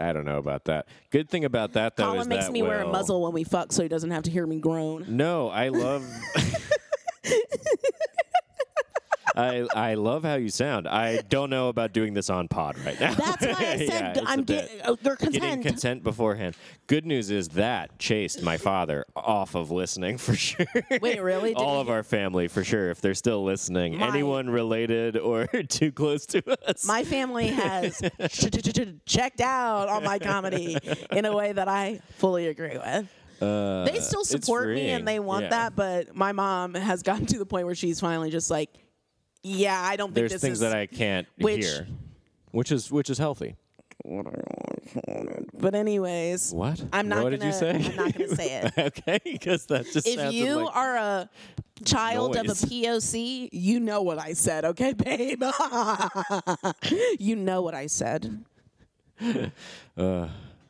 S1: I don't know about that. Good thing about that though is
S2: Colin makes
S1: that
S2: me wear a
S1: Will-
S2: muzzle when we fuck, so he doesn't have to hear me groan.
S1: No, I love. I I love how you sound. I don't know about doing this on pod right now.
S2: That's why I said
S1: Yeah, it's a
S2: I'm
S1: bit-
S2: getting. Oh, they're
S1: getting
S2: consent.
S1: consent beforehand. Good news is that chased my father off of listening for sure.
S2: Wait, really? Did
S1: All
S2: he-
S1: of our family for sure. If they're still listening,
S2: My-
S1: anyone related or too close to us.
S2: my family has ch- ch- ch- checked out on my comedy in a way that I fully agree with. they
S1: Uh,
S2: still
S1: it's
S2: support me
S1: freeing,
S2: and they want
S1: yeah.
S2: that, but my mom has gotten to the point where she's finally just like, "Yeah, I don't
S1: There's
S2: think this
S1: things
S2: is."
S1: that I can't
S2: which-
S1: hear, which is which is healthy.
S2: but anyways,
S1: What?
S2: I'm not.
S1: What
S2: gonna,
S1: did you say?
S2: I'm not gonna say it.
S1: okay, because that just
S2: if
S1: sounded
S2: you
S1: like-
S2: are a child
S1: Noise.
S2: of a POC, you know what I said, okay, babe? you know what I said.
S1: I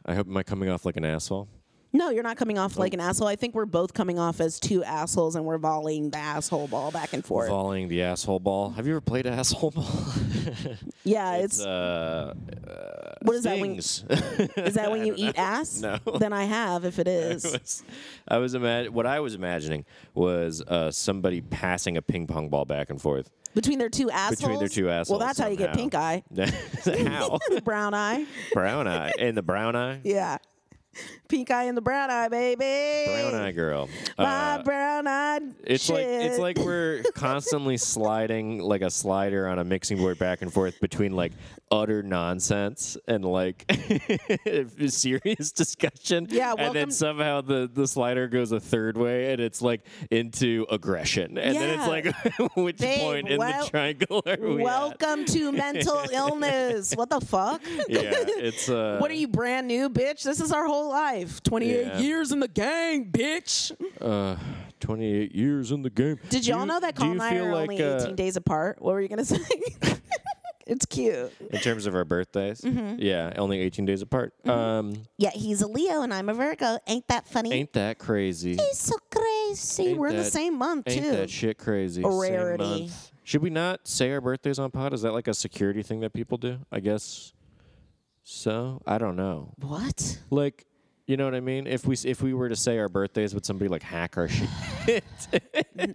S1: hope am I coming off like an asshole?
S2: No, you're not coming off like an asshole. I think we're both coming off as two assholes and we're volleying the asshole ball back and forth.
S1: Volleying the asshole ball. Have you ever played asshole ball?
S2: yeah, it's,
S1: Uh,
S2: what is that when
S1: things.
S2: is that when you eat ass?
S1: No.
S2: Then I have if it is.
S1: was- I was imagine what I was imagining was uh, somebody passing a ping pong ball back and forth.
S2: Between their two assholes.
S1: their two
S2: Well,
S1: assholes
S2: that's how you get
S1: somehow.
S2: pink eye.
S1: How
S2: Brown eye.
S1: brown eye and the brown eye,
S2: Yeah. Pink eye and the brown eye, baby.
S1: brown eye girl.
S2: My
S1: Uh,
S2: brown eye.
S1: it's like it's
S2: shit.
S1: like we're constantly sliding like a slider on a mixing board back and forth between like utter nonsense and like serious discussion.
S2: Yeah,
S1: and
S2: welcome-
S1: then somehow the the slider goes a third way and it's like into aggression, and then
S2: Yeah.
S1: it's like which
S2: Babe,
S1: point in
S2: wel-
S1: the triangle are we at?
S2: Welcome to mental illness. What the fuck?
S1: yeah, it's uh,
S2: What are you brand new, bitch? This is our whole life. 28
S1: Yeah.
S2: years in the gang, bitch.
S1: Uh, 28 years in the game.
S2: Did y'all know that
S1: do
S2: Colin
S1: you
S2: and I
S1: feel
S2: are
S1: like,
S2: only 18
S1: uh,
S2: days apart? What were you going to say? it's cute.
S1: In terms of our birthdays,
S2: Mm-hmm.
S1: yeah, only 18 days apart. Um,
S3: Yeah, he's a Leo and I'm a Virgo. Ain't that funny?
S1: ain't that crazy?
S3: He's so crazy.
S2: See, we're in the
S1: that-
S2: same month,
S1: Ain't that
S2: too.
S1: shit crazy?
S2: A
S1: Same
S2: rarity.
S1: month. Should we not say our birthdays on pod? Is that like a security thing that people do? I guess so. I don't know.
S3: What?
S1: Like, you know what I mean? If we s- if we were to say our birthdays, would somebody like hack our shit?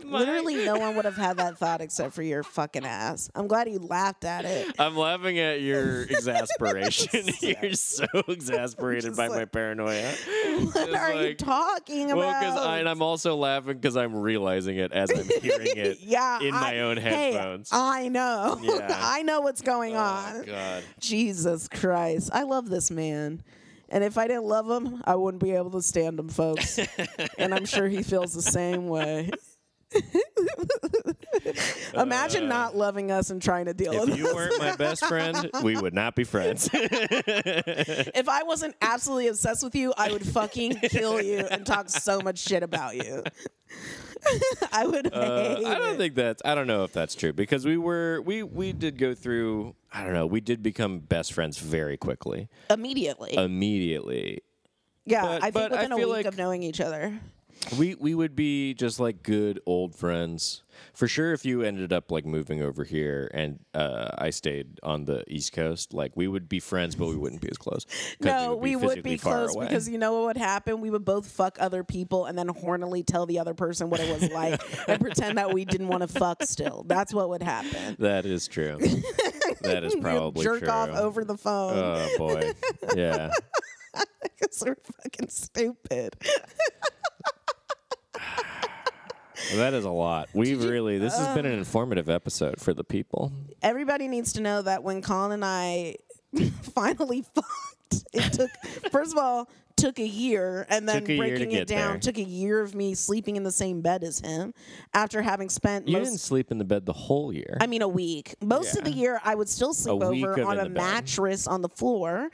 S2: Literally, no one would have had that thought except for your fucking ass. I'm glad you laughed at it.
S1: I'm laughing at your exasperation. You're so exasperated by my paranoia.
S2: What
S1: It's
S2: are you
S1: like-
S2: talking about?
S1: Well, because and I'm also laughing because I'm realizing it as I'm hearing it
S2: yeah,
S1: in my
S2: I-
S1: own
S2: hey,
S1: headphones.
S2: I know.
S1: Yeah.
S2: I know what's going on.
S1: oh, God.
S2: Jesus Christ. I love this man. And if I didn't love him, I wouldn't be able to stand him, folks. and I'm sure he feels the same way. Imagine not loving us and trying to deal with
S1: Uh. If you
S2: it.
S1: weren't my best friend, we would not be friends.
S2: If I wasn't absolutely obsessed with you, I would fucking kill you and talk so much shit about you. I would
S1: Uh,
S2: hate
S1: I don't
S2: it.
S1: think that's. I don't know if that's true because we were we we did go through. I don't know. We did become best friends very quickly,
S2: immediately.
S1: immediately.
S2: yeah,
S1: but-
S2: I think
S1: Uh, but I
S2: within a
S1: feel
S2: week
S1: like-
S2: of knowing each other.
S1: We we would be just like good old friends for sure. If you ended up like moving over here and uh, I stayed on the East Coast, like we would be friends, but we wouldn't be as close. 'cause
S2: No, we would
S1: physically
S2: be
S1: far
S2: close
S1: away.
S2: because you know what would happen? We would both fuck other people and then hornily tell the other person what it was like and pretend that we didn't want to fuck still. That's what would happen.
S1: that is true. that is
S2: You'd
S1: probably
S2: jerk
S1: true.
S2: off over the phone
S1: Oh boy, yeah.
S2: because we're fucking stupid.
S1: Well, that is a lot. We really this has been an informative episode for the people.
S2: Everybody needs to know that when Colin and I finally fucked, it took first of all took a year and then
S1: Took a year to
S2: breaking
S1: get
S2: it down
S1: there.
S2: took a year of me sleeping in the same bed as him after having spent
S1: You
S2: most
S1: didn't sleep in the bed the whole year.
S2: I mean, a week. Most of the
S1: Yeah.
S2: year, I would still sleep
S1: A week
S2: over
S1: of
S2: on
S1: in
S2: a
S1: the bed.
S2: mattress on the floor.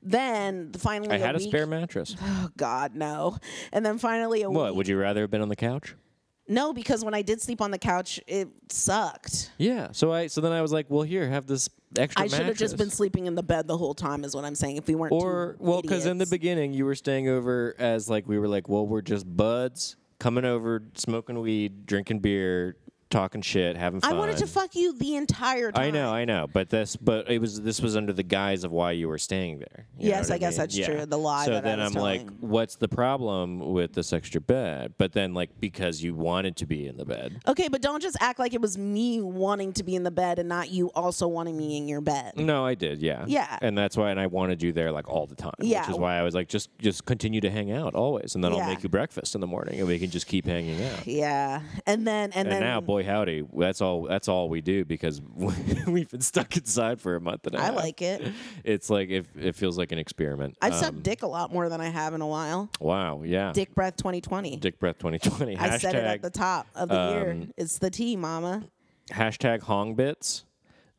S2: Then finally,
S1: I had a
S2: week-
S1: spare mattress.
S2: Oh God, no! And then finally, a
S1: What
S2: week.
S1: would you rather have been on the couch?
S2: No, because when I did sleep on the couch, it sucked.
S1: Yeah. So I so then I was like, well, here, have this extra.
S2: I should have just
S1: mattress.
S2: been sleeping in the bed the whole time. Is what I'm saying. If we weren't
S1: Or
S2: two
S1: well, because in the
S2: idiots.
S1: beginning you were staying over as like we were like, well, we're just buds coming over, smoking weed, drinking beer, talking shit, having
S2: I
S1: fun.
S2: wanted to fuck you the entire time.
S1: I know, I know, but this, but it was this was under the guise of why you were staying there. You know
S2: Yes,
S1: what
S2: I guess that's true, the lie
S1: So
S2: that I
S1: then
S2: was
S1: am like,
S2: telling.
S1: what's the problem with this extra bed? But then, like, because you wanted to be in the bed.
S2: Okay, but don't just act like it was me wanting to be in the bed and not you also wanting me in your bed.
S1: No, I did, yeah,
S2: Yeah.
S1: and that's why, and I wanted you there like all the time,
S2: Yeah.
S1: which is why I was like, just just continue to hang out always, and then
S2: Yeah.
S1: I'll make you breakfast in the morning, and we can just keep hanging out.
S2: Yeah, and then and,
S1: And
S2: then
S1: now, boy howdy, that's all that's all we do because we've been stuck inside for a month and a
S2: I
S1: half.
S2: like it.
S1: It's like it, it feels like an experiment.
S2: I've
S1: Um,
S2: sucked dick a lot more than I have in a while.
S1: Wow, yeah.
S2: Dick breath 2020.
S1: Dick Breath 2020.
S2: I
S1: hashtag,
S2: said it at the top of the year.
S1: um,
S2: It's the T, mama.
S1: hashtag Hong Bits.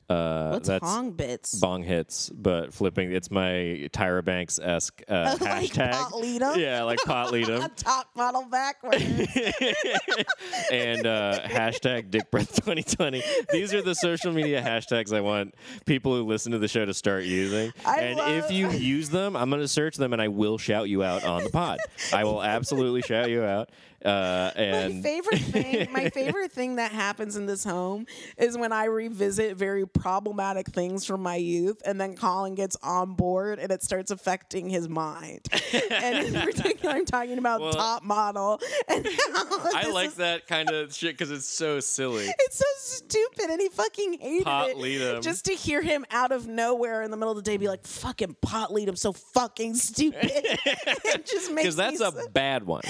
S1: Uh,
S2: What's
S1: that's
S2: Hong bits?
S1: Bong hits, but flipping. It's my Tyra Banks esque uh,
S2: Like
S1: hashtag.
S2: pot lead-em?
S1: Yeah, like pot lead 'em.
S2: top model backwards.
S1: and uh, hashtag Dick Breath 2020. These are the social media hashtags I want people who listen to the show to start using.
S2: I
S1: and
S2: love-
S1: if you use them, I'm going to search them and I will shout you out on the pod. I will absolutely shout you out. Uh,
S2: my
S1: and
S2: favorite thing, my favorite thing that happens in this home is when I revisit very problematic things from my youth, and then Colin gets on board, and it starts affecting his mind. and in particular, I'm talking about
S1: Well-
S2: top model. And how
S1: I
S2: this
S1: like
S2: is
S1: that kind of shit because it's so silly.
S2: It's so stupid, and he fucking hated
S1: Pot
S2: it.
S1: Leadum.
S2: Just to hear him out of nowhere in the middle of the day be like, "Fucking pot lead him, so fucking stupid." it just makes
S1: Because that's
S2: me
S1: a
S2: so-
S1: bad one.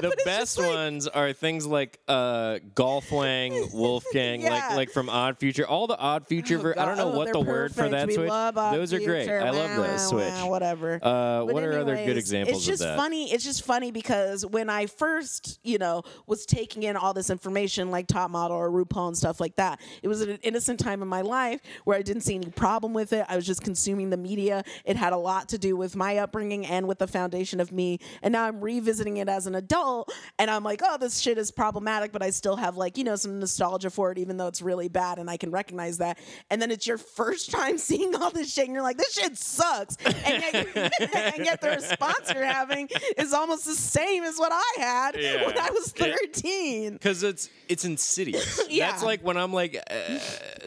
S1: the
S2: but it's
S1: best
S2: just like-
S1: ones are things like uh, Golfwang, Wolfgang,
S2: Yeah.
S1: like like from Odd Future. All the Odd Future. ver- I don't know
S2: Oh,
S1: what the
S2: they're
S1: word for
S2: perfect.
S1: that
S2: We
S1: switch.
S2: love Odd
S1: Those are great.
S2: Future.
S1: I love
S2: Wah,
S1: those
S2: wah,
S1: switch.
S2: wah, whatever.
S1: Uh, what
S2: But
S1: are other
S2: anyways,
S1: good examples
S2: It's just
S1: of that?
S2: funny. It's just funny because when I first, you know, was taking in all this information like Top Model or RuPaul and stuff like that, it was an innocent time in my life where I didn't see any problem with it. I was just consuming the media. It had a lot to do with my upbringing and with the foundation of me. And now I'm revisiting it as an adult, and I'm like, oh, this shit is problematic, but I still have like, you know, some nostalgia for it, even though it's really bad, and I can recognize that. And then it's your first time seeing all this shit, and you're like, this shit sucks. And yet, and yet the response you're having is almost the same as what I had
S1: Yeah.
S2: when I was
S1: Yeah.
S2: 13.
S1: Because it's it's insidious.
S2: Yeah.
S1: That's like when I'm like uh,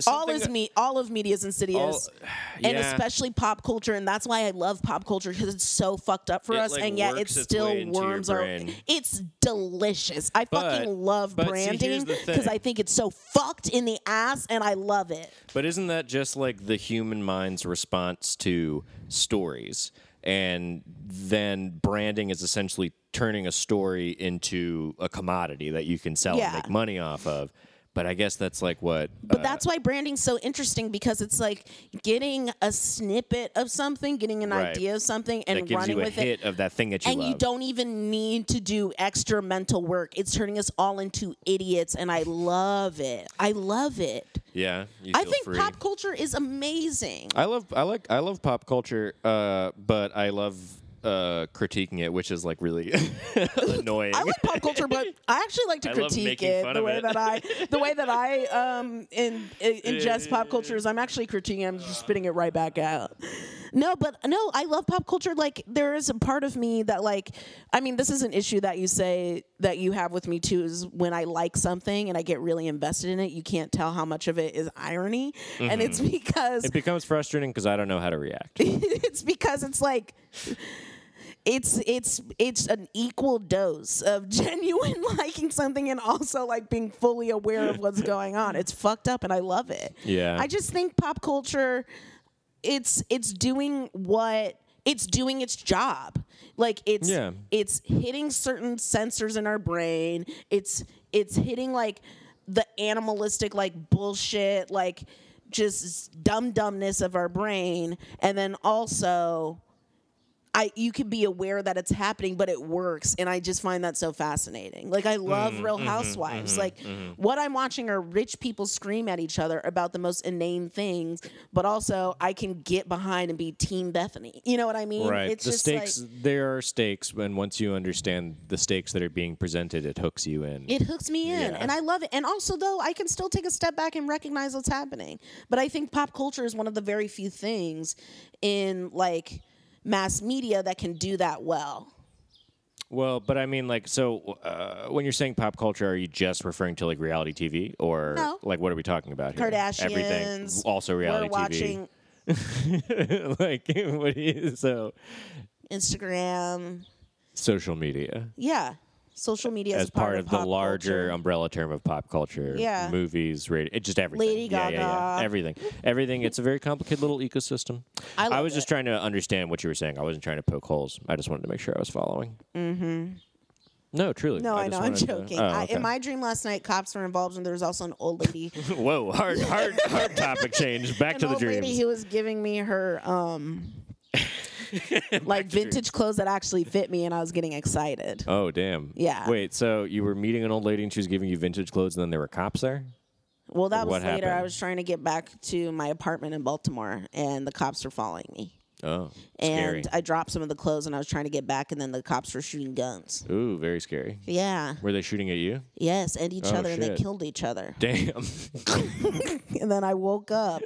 S2: All
S1: something-
S2: is me. All of media is insidious,
S1: All-
S2: and
S1: yeah.
S2: especially pop culture, and that's why I love pop culture because it's so fucked up for
S1: It,
S2: us,
S1: like,
S2: and yet it
S1: works its
S2: still
S1: way into your
S2: worms our.
S1: brain.
S2: It's delicious. I fucking love
S1: but see, here's
S2: branding
S1: the
S2: because
S1: thing.
S2: I think it's so fucked in the ass, and I love it.
S1: But isn't that just like the human mind's response to stories? And then branding is essentially turning a story into a commodity that you can sell
S2: Yeah.
S1: and make money off of. But I guess that's like what. uh,
S2: But that's why branding's so interesting because it's like getting a snippet of something, getting an
S1: Right.
S2: idea of something,
S1: that
S2: and
S1: gives
S2: running
S1: you a
S2: with it.
S1: hit of that thing that you
S2: and
S1: love.
S2: you don't even need to do extra mental work. It's turning us all into idiots, and I love it. I love it.
S1: yeah, you
S2: I
S1: feel
S2: think
S1: free.
S2: pop culture is amazing.
S1: I love I like I love pop culture, uh, but I love uh, critiquing it, which is like really annoying.
S2: I like pop culture, but I actually like to
S1: I love
S2: critique
S1: making
S2: it
S1: fun
S2: the
S1: of
S2: way
S1: it.
S2: that I the way that I um in, in ingest pop culture is I'm actually critiquing. it, I'm just spitting it right back out. No, but no, I love pop culture. Like there is a part of me that like I mean, this is an issue that you say that you have with me too is when I like something and I get really invested in it, you can't tell how much of it is irony. And it's because
S1: Mm-hmm. It becomes frustrating because I don't know how to react.
S2: it's because it's like it's it's it's an equal dose of genuine liking something and also like being fully aware of what's going on. It's fucked up and I love it.
S1: Yeah.
S2: I just think pop culture it's it's doing what it's doing its job. Like it's
S1: Yeah.
S2: it's hitting certain sensors in our brain. It's it's hitting like the animalistic like bullshit like just dumb dumbness of our brain and then also I you can be aware that it's happening, but it works, and I just find that so fascinating. Like I love
S1: Mm-hmm,
S2: Real Housewives. like what I'm watching are rich people scream at each other about the most inane things, but also I can get behind and be Team Bethany. You know what I mean?
S1: Right.
S2: It's
S1: the
S2: just
S1: stakes
S2: like
S1: there are stakes and once you understand the stakes that are being presented, it hooks you in.
S2: it hooks me in,
S1: Yeah.
S2: and I love it. And also, though, I can still take a step back and recognize what's happening. But I think pop culture is one of the very few things in like mass media that can do that well.
S1: well, but I mean like so uh, when you're saying pop culture, are you just referring to like reality TV or
S2: No.
S1: like what are we talking about here? Everything.
S2: Kardashians.
S1: Also reality
S2: We're watching
S1: TV. like what do you so
S2: Instagram.
S1: social media.
S2: Yeah. Social media
S1: as,
S2: is
S1: part, of, the
S2: pop
S1: larger
S2: culture.
S1: umbrella term of pop culture.
S2: Yeah.
S1: Movies, radio, it, just everything.
S2: Lady
S1: yeah, Yeah, yeah.
S2: Gaga.
S1: Everything. everything. It's a very complicated little ecosystem.
S2: I love
S1: was just
S2: it.
S1: trying to understand what you were saying. I wasn't trying to poke holes. I just wanted to make sure I was following. Mm-hmm. No, truly.
S2: No, I,
S1: just
S2: know. I'm
S1: wanted to-
S2: joking.
S1: Oh,
S2: I,
S1: okay.
S2: in my dream last night, cops were involved, and there was also an old lady.
S1: Whoa, hard, hard, hard topic change. Back
S2: an
S1: to the
S2: old lady
S1: dreams.
S2: who was giving me her um, like vintage clothes that actually fit me, and I was getting excited.
S1: Oh damn!
S2: Yeah.
S1: Wait, so you were meeting an old lady and she was giving you vintage clothes, and then there were cops there?
S2: well, that was
S1: what
S2: later. I
S1: happened?
S2: was trying to get back to my apartment in Baltimore, and the cops were following me.
S1: Oh,
S2: And
S1: scary.
S2: I dropped some of the clothes, and I was trying to get back, and then the cops were shooting guns.
S1: Ooh, very scary.
S2: Yeah.
S1: Were they shooting at you?
S2: Yes, and each
S1: Oh,
S2: other, and they
S1: shit.
S2: killed each other.
S1: Damn.
S2: And then I woke up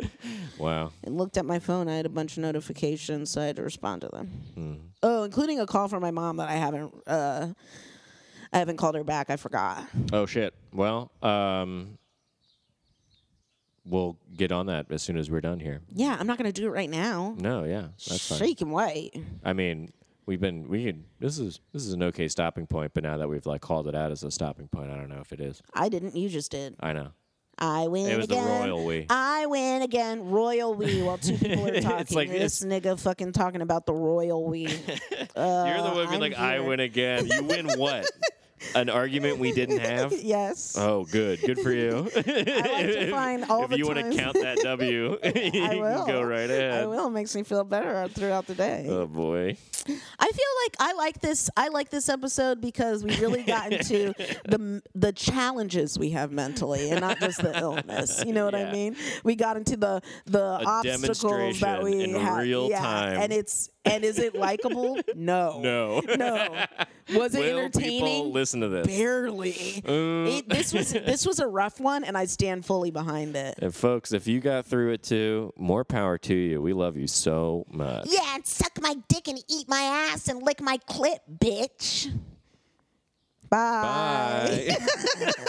S1: wow.
S2: and looked at my phone. I had a bunch of notifications, so I had to respond to them.
S1: Hmm.
S2: Oh, including a call from my mom that I haven't. Uh, I haven't called her back. I forgot.
S1: Oh shit. Well, um we'll get on that as soon as we're done here.
S2: Yeah, I'm not gonna do it right now.
S1: No, yeah. Mm, That's fine.
S2: Shake and wait.
S1: I mean, we've been we could this is this is an okay stopping point, but now that we've like called it out as a stopping point, I don't know if it is.
S2: I didn't. You just did.
S1: I know.
S2: I win
S1: It was the
S2: again.
S1: royal we.
S2: I win again. Royal we. While two people are talking,
S1: like
S2: this nigga fucking talking about the royal we.
S1: You're the one being
S2: Uh, I'm
S1: like, I
S2: here.
S1: win again. You win what? An argument we didn't have?
S2: yes.
S1: Oh, good. Good for you.
S2: I like to find all
S1: if
S2: the
S1: you want
S2: times-
S1: to count that W, you
S2: I will
S1: can go right ahead.
S2: I will. It makes me feel better throughout the day.
S1: Oh boy.
S2: I feel like I like this. I like this episode because we really got into the the challenges we have mentally, and not just the illness. You know what I
S1: Yeah.
S2: mean? We got into the the obstacles that
S1: demonstration
S2: we
S1: in
S2: have.
S1: real
S2: yeah.
S1: time.
S2: and it's and is it likable? No,
S1: No.
S2: no. Was it
S1: Will people
S2: entertaining?
S1: listen to this?
S2: Barely.
S1: Mm.
S2: It, this was this was a rough one, and I stand fully behind it.
S1: And folks, if you got through it too, more power to you. We love you so much.
S3: Yeah, and suck my dick and eat my ass and lick my clit, bitch.
S2: Bye.
S1: Bye.